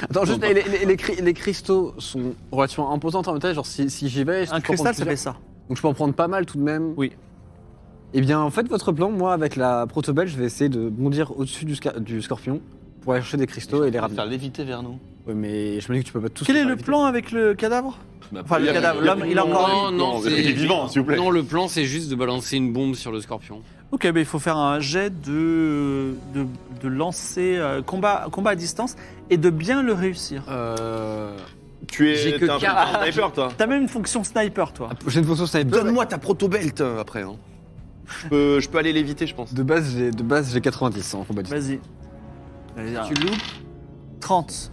Attends, juste, les, les- les cri- les cristaux sont relativement imposants en même temps. Genre, si, si j'y vais, je Un peux en cristal, prendre ça plusieurs. fait ça. Donc, je peux en prendre pas mal tout de même. Oui. Eh bien, en fait, votre plan, moi, avec la protobelle, je vais essayer de bondir au-dessus du, sca- du scorpion pour aller chercher des cristaux et les ramener. Faire léviter vers nous. Ouais, mais je me dis que tu peux pas tous. Quel les est faire le vite. plan avec le cadavre Enfin, le il y a- cadavre, il y a- l'homme, il a encore. Non, non, il est c'est- vivant, s'il vous plaît. euh, Non, le plan, c'est juste de balancer une bombe sur le scorpion. Ok, mais il faut faire un jet de, de, de lancer euh, combat, combat à distance et de bien le réussir. Euh, Tu J'ai es que t'es un, peu quatre. un sniper, toi. T'as même une fonction sniper, toi. bah, J'ai une fonction sniper. Donne-moi ta proto-belt euh, après. hein. Je peux, je peux aller l'éviter, je pense. De base, j'ai, de base, j'ai 90 en combat distant. Vas-y. Tu loupes 30.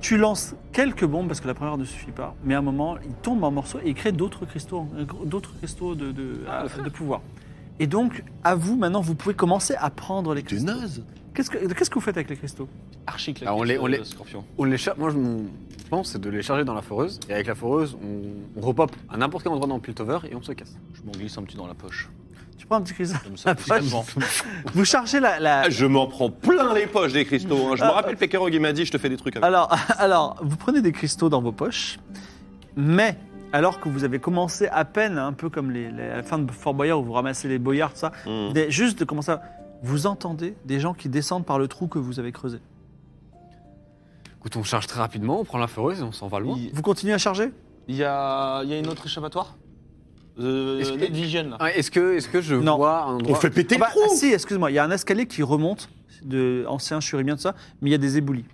Tu lances quelques bombes parce que la première ne suffit pas, mais à un moment, il tombe en morceaux et il crée d'autres cristaux, euh, d'autres cristaux de, de, euh, de pouvoir. Et donc, à vous, maintenant, vous pouvez commencer à prendre les cristaux. naze Qu'est-ce que, qu'est-ce que vous faites avec les cristaux Archi claqué. Ah, on l'est- on euh, l'est. Scorpion. On les charge. Moi, je- mon plan, c'est de les charger dans la foreuse. Et avec la foreuse, on, on repop à n'importe quel endroit dans le Piltover et on se casse. Je m'en glisse un petit dans la poche. Tu prends un petit cristal. Comme Ah, ça, pas- discrètement. Vous chargez la. la- Ah, Je m'en prends plein les poches des cristaux. hein. Je me rappelle, Pekarog, il m'a dit, je te fais des trucs avec. Alors, alors, vous prenez des cristaux dans vos poches, mais alors que vous avez commencé à peine, hein, un peu comme les, les- à la fin de Fort Boyard où vous ramassez les boyards, tout ça, Hmm. des- juste de commencer à. Vous entendez des gens qui descendent par le trou que vous avez creusé. Écoute, on charge très rapidement, on prend la foreuse et on s'en va loin. Il Vous continuez à charger il y a, il y a une autre échappatoire euh, Est-ce que- Night Vision, là. Ah, est-ce, que, est-ce que je Non. vois un endroit. péter Ah bah, ah, Si, excuse-moi, il y a un escalier qui remonte, de ancien churimien, tout ça, mais il y a des éboulis.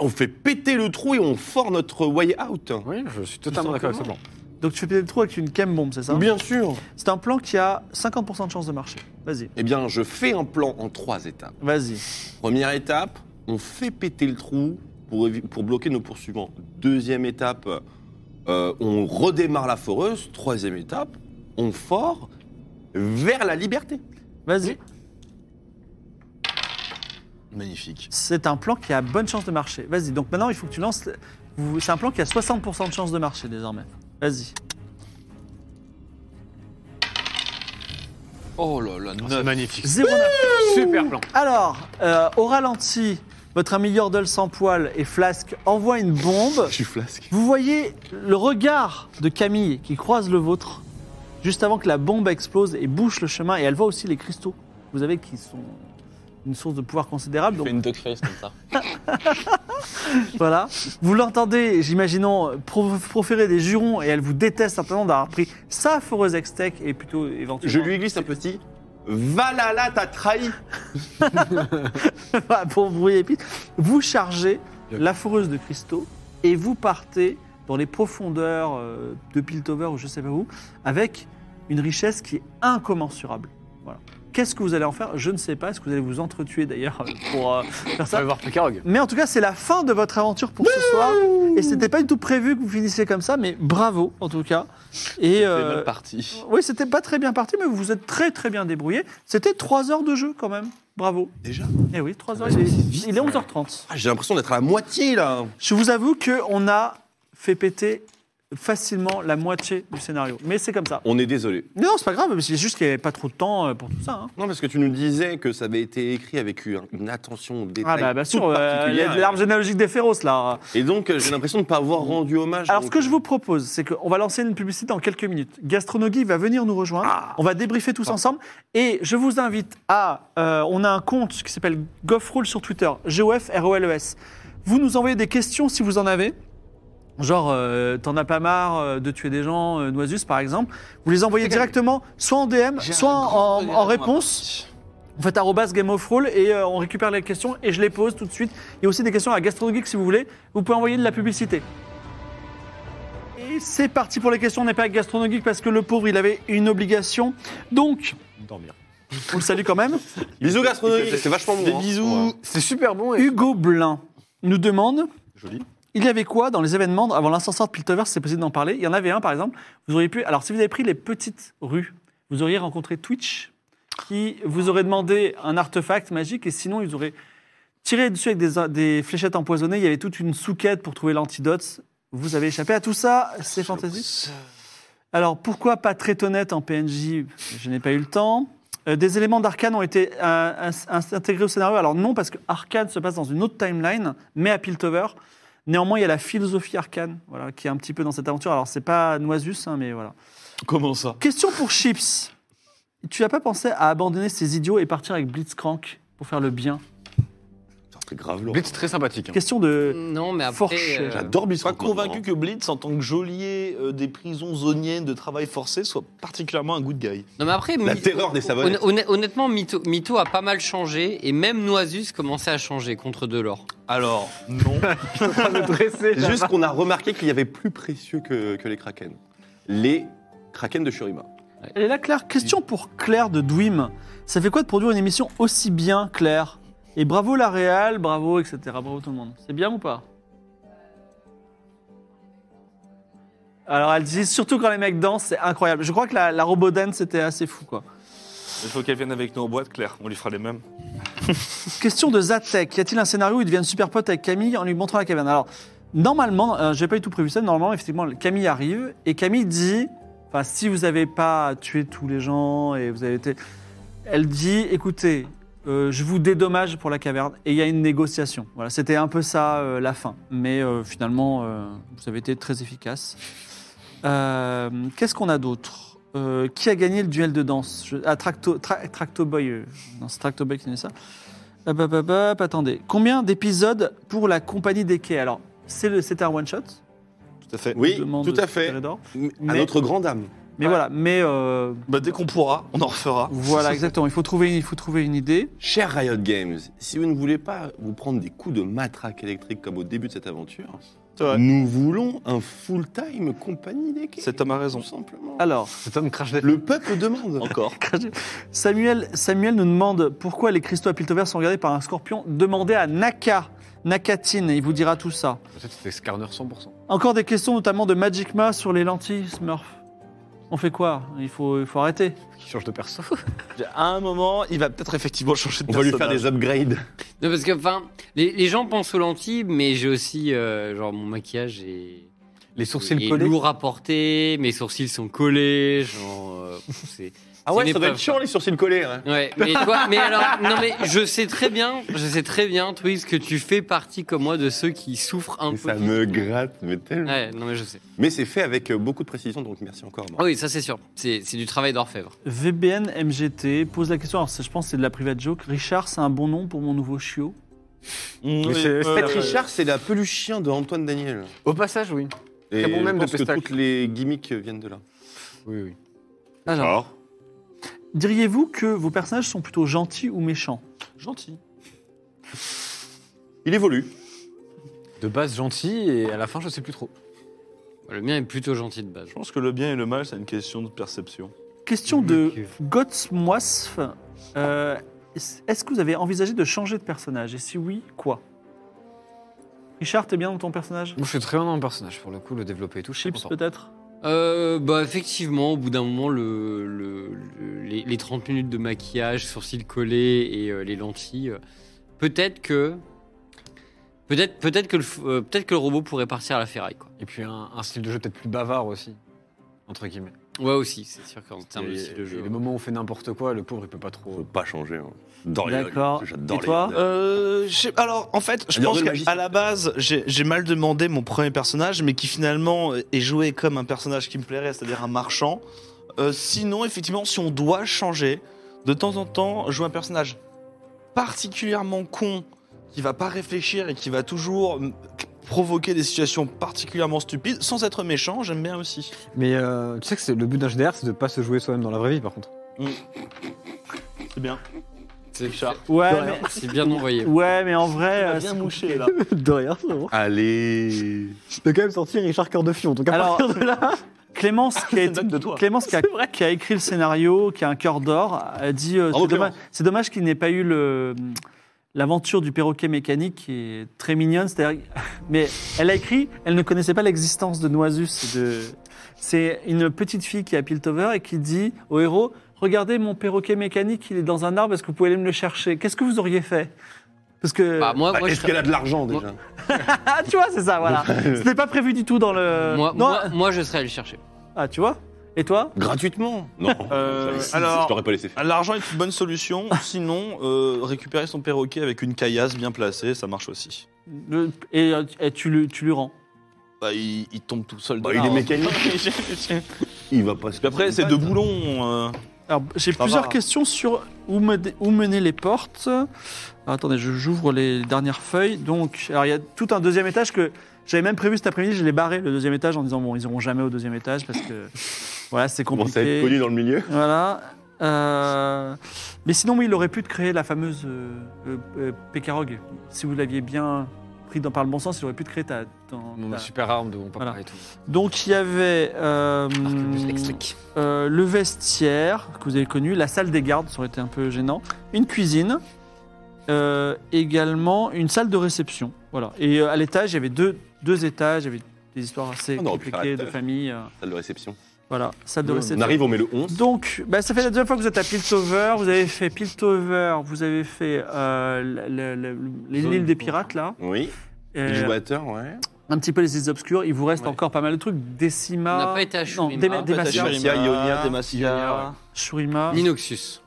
On fait péter le trou et on fort notre way out. Oui, je suis totalement d'accord avec ce plan. Donc tu fais péter le trou avec une cam-bombe, c'est ça Bien sûr. C'est un plan qui a 50% de chance de marcher. Vas-y, Eh bien, je fais un plan en trois étapes. vas-y. Première étape, on fait péter le trou pour, évi- pour bloquer nos poursuivants. Deuxième étape, euh, on redémarre la foreuse. Troisième étape, on fort vers la liberté. Vas-y. Magnifique. C'est un plan qui a bonne chance de marcher. Vas-y, donc maintenant il faut que tu lances. vous- C'est un plan qui a 60% de chance de marcher désormais. Vas-y. Oh là là, neuf. magnifique. Zéro neuf. Super plan. Alors, euh, au ralenti, votre ami Yordle sans poil et Flask envoient une bombe. suis flasque. Vous voyez le regard de Camille qui croise le vôtre juste avant que la bombe explose et bouche le chemin. Et elle voit aussi les cristaux. Vous avez qui sont une source de pouvoir considérable. Ah, donc- Fais une duck face comme ça. Voilà. Vous l'entendez, j'imaginons, pro- proférer des jurons et elle vous déteste simplement d'avoir pris sa foreuse extec et plutôt éventuellement. Je lui glisse un petit. Valala, t'as trahi. pour brouiller les pistes. Vous chargez la foreuse de cristaux et vous partez dans les profondeurs euh, de Piltover ou je sais pas où avec une richesse qui est incommensurable. Voilà. Qu'est-ce que vous allez en faire Je ne sais pas. Est-ce que vous allez vous entretuer d'ailleurs euh, pour euh, faire On ça va voir Pekarog. Mais en tout cas, c'est la fin de votre aventure pour ce soir. Et c'était pas du tout prévu que vous finissiez comme ça, mais bravo en tout cas. Et C'est euh, mal parti. oui, c'était pas très bien parti, mais vous vous êtes très très bien débrouillé. C'était trois heures de jeu quand même. Bravo. Déjà Eh oui, Ah trois bah, heures. Il est, il est 11h30. Ah, J'ai l'impression d'être à la moitié là. Je vous avoue que on a fait péter facilement la moitié du scénario, mais c'est comme ça. On est désolé. Mais non, c'est pas grave. mais C'est juste qu'il n'y avait pas trop de temps euh, pour tout ça. hein. Non, parce que tu nous disais que ça avait été écrit avec une une attention au détail. Ah bah bien sûr, toute euh, il y a particulière. de l'arbre généalogique des féroces là. Et donc, euh, j'ai l'impression de ne pas avoir rendu hommage. Alors, ce donc, euh, euh, que je vous propose, c'est qu'on va lancer une publicité dans quelques minutes. Gastronogie va venir nous rejoindre. Ah. On va débriefer tous ensemble. Et je vous invite à. euh, on a un compte qui s'appelle GoffRoll sur Twitter. G-O-F-R-O-L-E-S. E Vous nous envoyez des questions si vous en avez. Genre, euh, t'en as pas marre euh, de tuer des gens, euh, Noisus par exemple. Vous les envoyez directement soit en DM, J'ai un soit en- en, grand regret dans ma réponse. partie. Vous faites arrobas Game of Roll et euh, on récupère les questions et je les pose tout de suite. Il y a aussi des questions à GastroGeek si vous voulez. Vous pouvez envoyer de la publicité. Et c'est parti pour les questions. On n'est pas avec GastroGeek parce que le pauvre, il avait une obligation. Donc, Dormir. on le salue quand même. Bisous gastronomiques, c'est vachement bon. Des hein. bisous. C'est super bon. Et... Hugo Blin nous demande Joli. il y avait quoi dans les événements avant l'ascenseur de Piltover si C'est possible d'en parler. Il y en avait un, par exemple. Vous auriez pu. Alors, si vous avez pris les petites rues, vous auriez rencontré Twitch, qui vous aurait demandé un artefact magique, et sinon, ils auraient tiré dessus avec des, des fléchettes empoisonnées. Il y avait toute une souquette pour trouver l'antidote. Vous avez échappé à tout ça. C'est fantastique. Alors, pourquoi pas très honnête en PNJ Je n'ai pas eu le temps. Euh, des éléments d'Arcane ont été euh, ins- ins- intégrés au scénario. Alors, non, parce que Arcane se passe dans une autre timeline, mais à Piltover. Néanmoins, il y a la philosophie arcane, voilà, qui est un petit peu dans cette aventure. Alors, c'est pas Noisus, hein, mais voilà. Comment ça Question pour Chips. Tu n'as pas pensé à abandonner ces idiots et partir avec Blitzcrank pour faire le bien C'est grave lourd. Blitz très sympathique. hein. Question de... Non, mais après. Forché. euh, J'adore Je suis pas Biscroc. convaincu que Blitz, en tant que geôlier euh, des prisons zoniennes de travail forcé, soit particulièrement un good guy. Non, mais après. La Mi- terreur des savonnettes. honn- honn- Honnêtement, Mito, Mito a pas mal changé et même Noisus commençait à changer contre Delors. Alors, non. C'est juste qu'on a remarqué qu'il y avait plus précieux que, que les kraken. Les kraken de Shurima. Elle est là, Claire. Question pour Claire de Dwim. Ça fait quoi de produire une émission aussi bien, Claire Et bravo la Réal, bravo, etc. Bravo tout le monde. C'est bien ou pas Alors elle dit surtout quand les mecs dansent, c'est incroyable. Je crois que la, la robot dance c'était assez fou quoi. Il faut qu'elle vienne avec nous en boîte, Claire. On lui fera les mêmes. Question de Zatek. Y a-t-il un scénario où ils deviennent super potes avec Camille en lui montrant la caverne Alors, normalement, euh, j'ai pas du tout prévu ça, normalement, effectivement, Camille arrive et Camille dit enfin, si vous avez pas tué tous les gens et vous avez été. Elle dit écoutez, euh, je vous dédommage pour la caverne et il y a une négociation. Voilà, c'était un peu ça euh, la fin. Mais euh, finalement, euh, vous avez été très efficace. Euh, Qu'est-ce qu'on a d'autre Euh, Qui a gagné le duel de danse Je- Ah, Tracto, Tra- Tracto Boy. euh, non, c'est Tracto Boy qui dit ça. Hop, hop, hop, hop, attendez. Combien d'épisodes pour la compagnie des quais Alors, c'est le- c'était un one-shot Tout à fait. Oui, demande tout à fait. Pérédor. À Mais- notre grande âme. Mais voilà, mais euh, Bah, dès qu'on pourra, on en refera. voilà, exactement. Il faut trouver une, il faut trouver une idée. Cher Riot Games, si vous ne voulez pas vous prendre des coups de matraque électrique comme au début de cette aventure, C'est vrai. nous voulons un full-time compagnie des quais, Cet homme a raison. Tout simplement. Alors, Cet homme crache des Le peuple demande. Encore. Samuel, Samuel nous demande pourquoi les cristaux à Piltover sont regardés par un scorpion. Demandez à Naka, Nakatine, il vous dira tout ça. Peut-être c'était Skarner 100%. Encore des questions notamment de Magic Ma sur les lentilles, Smurf. On fait quoi il faut, il faut arrêter. Qui change de perso. À un moment, il va peut-être effectivement changer de On va lui faire personnage. des upgrades. Non, parce que, enfin, les, les gens pensent aux lentilles, mais j'ai aussi, euh, genre, mon maquillage est, Les est lourd à porter, mes sourcils sont collés, genre, euh, c'est... Ah c'est une épreuve, quoi. les sourcils collés. hein. Ouais, mais toi, mais alors, non, mais je sais très bien, je sais très bien, Twix, que tu fais partie comme moi de ceux qui souffrent un Mais peu. ça me gratte, mais tellement. Ouais, non, mais je sais. Mais c'est fait avec euh, beaucoup de précision, donc merci encore. Ah Marc. oui, ça c'est sûr. C'est c'est du travail d'orfèvre. VBN MGT pose la question, alors c'est- je pense que c'est de la private joke. Richard, c'est un bon nom pour mon nouveau chiot. Mmh, Mais oui, c'est- euh, Pet euh, Richard, c'est la peluche chien de Antoine Daniel. Au passage, oui. Et bon je même de pense que Pestac. toutes les gimmicks viennent de là. Oui, oui. Ah, Alors, Alors diriez-vous que vos personnages sont plutôt gentils ou méchants Gentil. Il évolue. De base gentil et à la fin, je sais plus trop. Le mien est plutôt gentil de base. Je pense que le bien et le mal, c'est une question de perception. Question de Gotsmoisf. Euh, Est-ce que vous avez envisagé de changer de personnage Et si oui, quoi Richard, t'es bien dans ton personnage Moi, je suis très bien dans mon personnage pour le coup, le développer et tout. je suis Chips content. peut-être Euh, bah effectivement, au bout d'un moment, le, le- le- les, les 30 minutes de maquillage, sourcils collés et euh, les lentilles, euh, peut-être que... Peut-être peut que, le f- euh, peut-être que le robot pourrait partir à la ferraille. Quoi. Et puis un, un style de jeu peut-être plus bavard aussi, entre guillemets. Ouais aussi, c'est sûr qu'en termes de Et- style de jeu. hein. et le moment où on fait n'importe quoi, le pauvre il peut pas On trop. peut pas changer. hein. Dans les- D'accord. J'adore Et toi les- Euh, je- alors, en fait, je Un pense ordre qu'à magicien. la base, j'ai j'ai mal demandé mon premier personnage, mais qui finalement euh, est joué comme un personnage qui me plairait, c'est-à-dire un marchand. Euh, sinon, effectivement, si on doit changer, de temps en temps, jouer un personnage particulièrement con, qui va pas réfléchir et qui va toujours mm, provoquer des situations particulièrement stupides, sans être méchant, j'aime bien aussi. Mais euh, tu sais que c'est- le but d'un HDR, c'est de pas se jouer soi-même dans la vraie vie par contre. C'est bien. C'est Ouais, rien. mais, c'est bien envoyé. ouais, mais en vrai. euh, bien c'est- mouché, là. De rien, c'est bon. Allez T'as quand même sorti Richard Cœur de Fion. Donc à Alors- partir de là, Clémence, qui a, été- de toi. Clémence qui, a, qui a écrit le scénario, qui a un cœur d'or, a dit euh, Bravo, c'est dommage, c'est dommage qu'il n'ait pas eu le. L'aventure du perroquet mécanique qui est très mignonne, c'est-à-dire, mais elle a écrit, elle ne connaissait pas l'existence de Noisus. et de- C'est une petite fille qui est à Piltover et qui dit au héros Regardez mon perroquet mécanique, il est dans un arbre, est-ce que vous pouvez aller me le chercher Qu'est-ce que vous auriez fait Parce que. Bah, moi, Bah, moi, je Est-ce qu'elle a de l'argent déjà Ah, tu vois, c'est ça, voilà. C'était pas prévu du tout dans le. Euh, Moi, Non, moi, moi, je serais allé le chercher. Ah, tu vois Et toi Gratuitement Non. Euh, Je alors- t'aurais pas laissé faire. L'argent est une bonne solution, sinon euh, récupérer son perroquet avec une caillasse bien placée, ça marche aussi. Le- Et, euh, et tu, lui, tu lui rends. Bah, il, il tombe tout seul. Bah, dedans. il est mécanique. Il va pas se. Puis après, c'est deux boulons. euh, Alors, j'ai Ça plusieurs va. questions sur où, me- où mener les portes. Ah, attendez, je- j'ouvre les dernières feuilles. Donc, alors, il y a tout un deuxième étage que j'avais même prévu cet après-midi. Je l'ai barré, le deuxième étage, en disant, bon, ils iront jamais au deuxième étage parce que, voilà, c'est On commence à être compliqué. connu dans le milieu. Voilà. Euh, mais sinon, oui, il aurait pu te créer la fameuse euh, euh, euh, Pécarog, si vous l'aviez bien pris dans, par le bon sens, il aurait pu te créer ta. ton- Mon ta- super arme de mon papa Voilà. et tout. Donc il y avait euh, euh, le vestiaire que vous avez connu, la salle des gardes, ça aurait été un peu gênant, une cuisine, euh, également une salle de réception. Voilà. Et euh, à l'étage, il y avait deux, deux étages, il y avait des histoires assez On aurait pu faire compliquées de l'étage. famille. euh, Salle de réception. voilà, salle de On réception. arrive, on met le 11. Donc, bah, ça fait la deuxième fois que vous êtes à Piltover. Vous avez fait Piltover, vous avez fait euh, le- le- le- l'île des pirates, là. Oui. Euh, Jouateur, ouais. un petit peu les îles obscures. Il vous reste Ouais. encore pas mal de trucs. Decima. On n'a pas été à Shurima. Non, Dema- Ah, On n'a pas Demacia, été à Shurima. Ionia, Demacia. Shurima. Minoxus.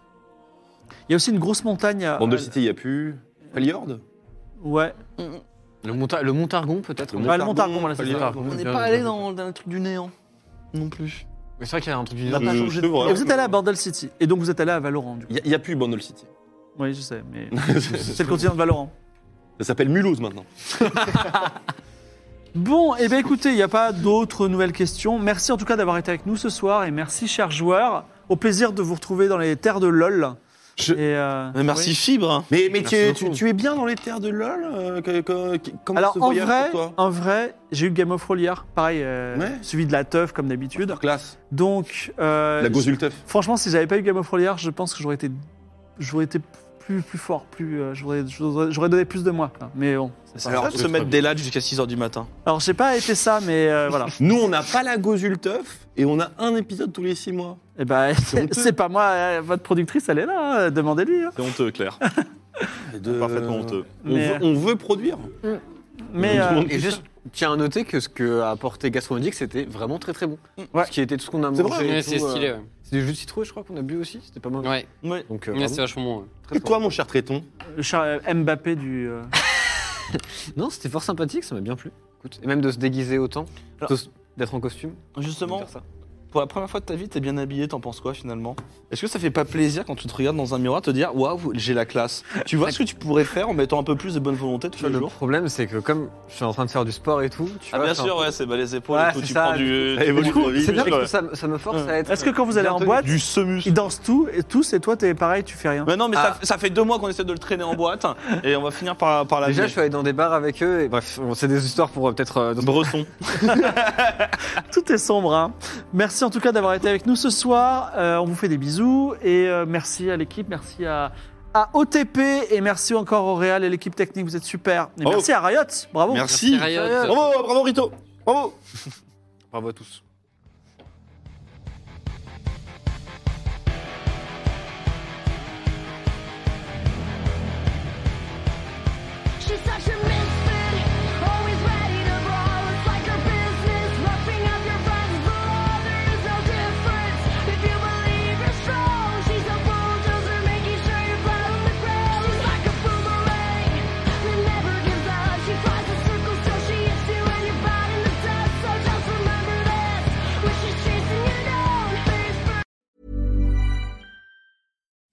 Il y a aussi une grosse montagne. À, Bande de à- City, il n'y a plus. Paliorde Ouais. Le, monta- le Montargon peut-être Bah, le Montargon, voilà, c'est ça. Paliorde. Montargon. On n'est pas allé dans, dans le truc du néant non plus. Mais C'est vrai qu'il y a un truc du On n'a pas Euh, changé c'est de vrai. Et vous êtes allé à Bordel City. Et donc vous êtes allé à Valorant, du coup. Il n'y a plus Bundle City. Oui, je sais, mais c'est Ça le continent de Valorant. s'appelle Mulhouse maintenant. Bon, et eh bien écoutez, il n'y a pas d'autres nouvelles questions. Merci en tout cas d'avoir été avec nous ce soir et merci, chers joueurs. Au plaisir de vous retrouver dans les terres de LOL. Je- Et, euh, Mais merci oui. Fibre. hein. Mais, mais Merci tu, beaucoup. tu- tu es bien dans les terres de LoL euh, que- que- que- Comment Alors se en voyage vrai, pour toi en vrai, j'ai eu Game of Roll hier, pareil, euh, Ouais. suivi de la teuf comme d'habitude. Classe. Donc, euh, La Gozulteuf. franchement, si j'avais pas eu Game of Roll hier, je pense que j'aurais été, j'aurais été plus plus fort, plus, euh, j'aurais, j'aurais j'aurais donné plus de moi. quoi. Mais bon, c'est pas. C'est vrai de se mettre des lads jusqu'à 6h du matin. Alors j'ai pas été ça, mais euh, voilà. Nous, on n'a pas la Gozulteuf et on a un épisode tous les six mois. Et ben, honteux. c'est pas moi. euh, Votre productrice, elle est là. hein, Demandez-lui. hein. C'est honteux, Claire. Et de- Parfaitement honteux. On, Mais- veut, on veut produire. Mais euh, Et juste, tiens à noter que ce qu'a apporté Gastronomique, c'était vraiment très très bon. Ouais. Ce qui était tout ce qu'on a C'est mangé. vrai. et Ouais, tout, c'est euh, stylé. ouais. C'est du jus de citrouille, je crois qu'on a bu aussi. C'était pas mal. Ouais, Ouais. Donc, euh, Ouais, bravo. c'est vachement bon. ouais. Et toi, mon cher Tréton le char- euh, Mbappé du. euh, Non, c'était fort sympathique, ça m'a bien plu. Écoute, et même de se déguiser autant, Alors- de s- d'être en costume. Justement, pour la première fois de ta vie, t'es bien habillé, t'en penses quoi finalement Est-ce que ça fait pas plaisir quand tu te regardes dans un miroir te dire waouh, j'ai la classe Tu vois ce que tu pourrais faire en mettant un peu plus de bonne volonté tous les Le jours problème, c'est que comme je suis en train de faire du sport et tout, tu Ah, vois, bien c'est un- sûr, ouais, c'est bah, les épaules, Ouais, du coup, c'est tu ça, prends du. Elle évolue du- trop vite. C'est bien Ouais. Ah, parce que ça, ça me force à être. Est-ce que quand vous allez bien en tenu. boîte, Du semus. ils dansent tout et tous et toi t'es pareil, tu fais rien. Mais non, mais Ah. ça, ça fait deux mois qu'on essaie de le traîner en boîte et on va finir par, par la Déjà, je suis allé dans des bars avec eux, et bref, on- c'est des histoires pour euh, peut-être. euh, dans- Bresson. Tout est sombre. hein. Merci en tout cas d'avoir été avec nous ce soir. Euh, on vous fait des bisous et euh, merci à l'équipe, merci à, à OTP et merci encore au Real et l'équipe technique. Vous êtes super. Et Oh. merci à Riot. Bravo. Merci. Riot. Bravo, bravo Rito Bravo Bravo à tous. She's such a misfit, always ready to brawl. It's like her business, roughing up your friends below. There is no difference if you believe you're strong. She's a bulldozer, making sure you're flat on the ground. She's like a boomerang that never gives up. She flies in circles till she hits you and you're bowed in the dust. So just remember this when she's chasing you down. There's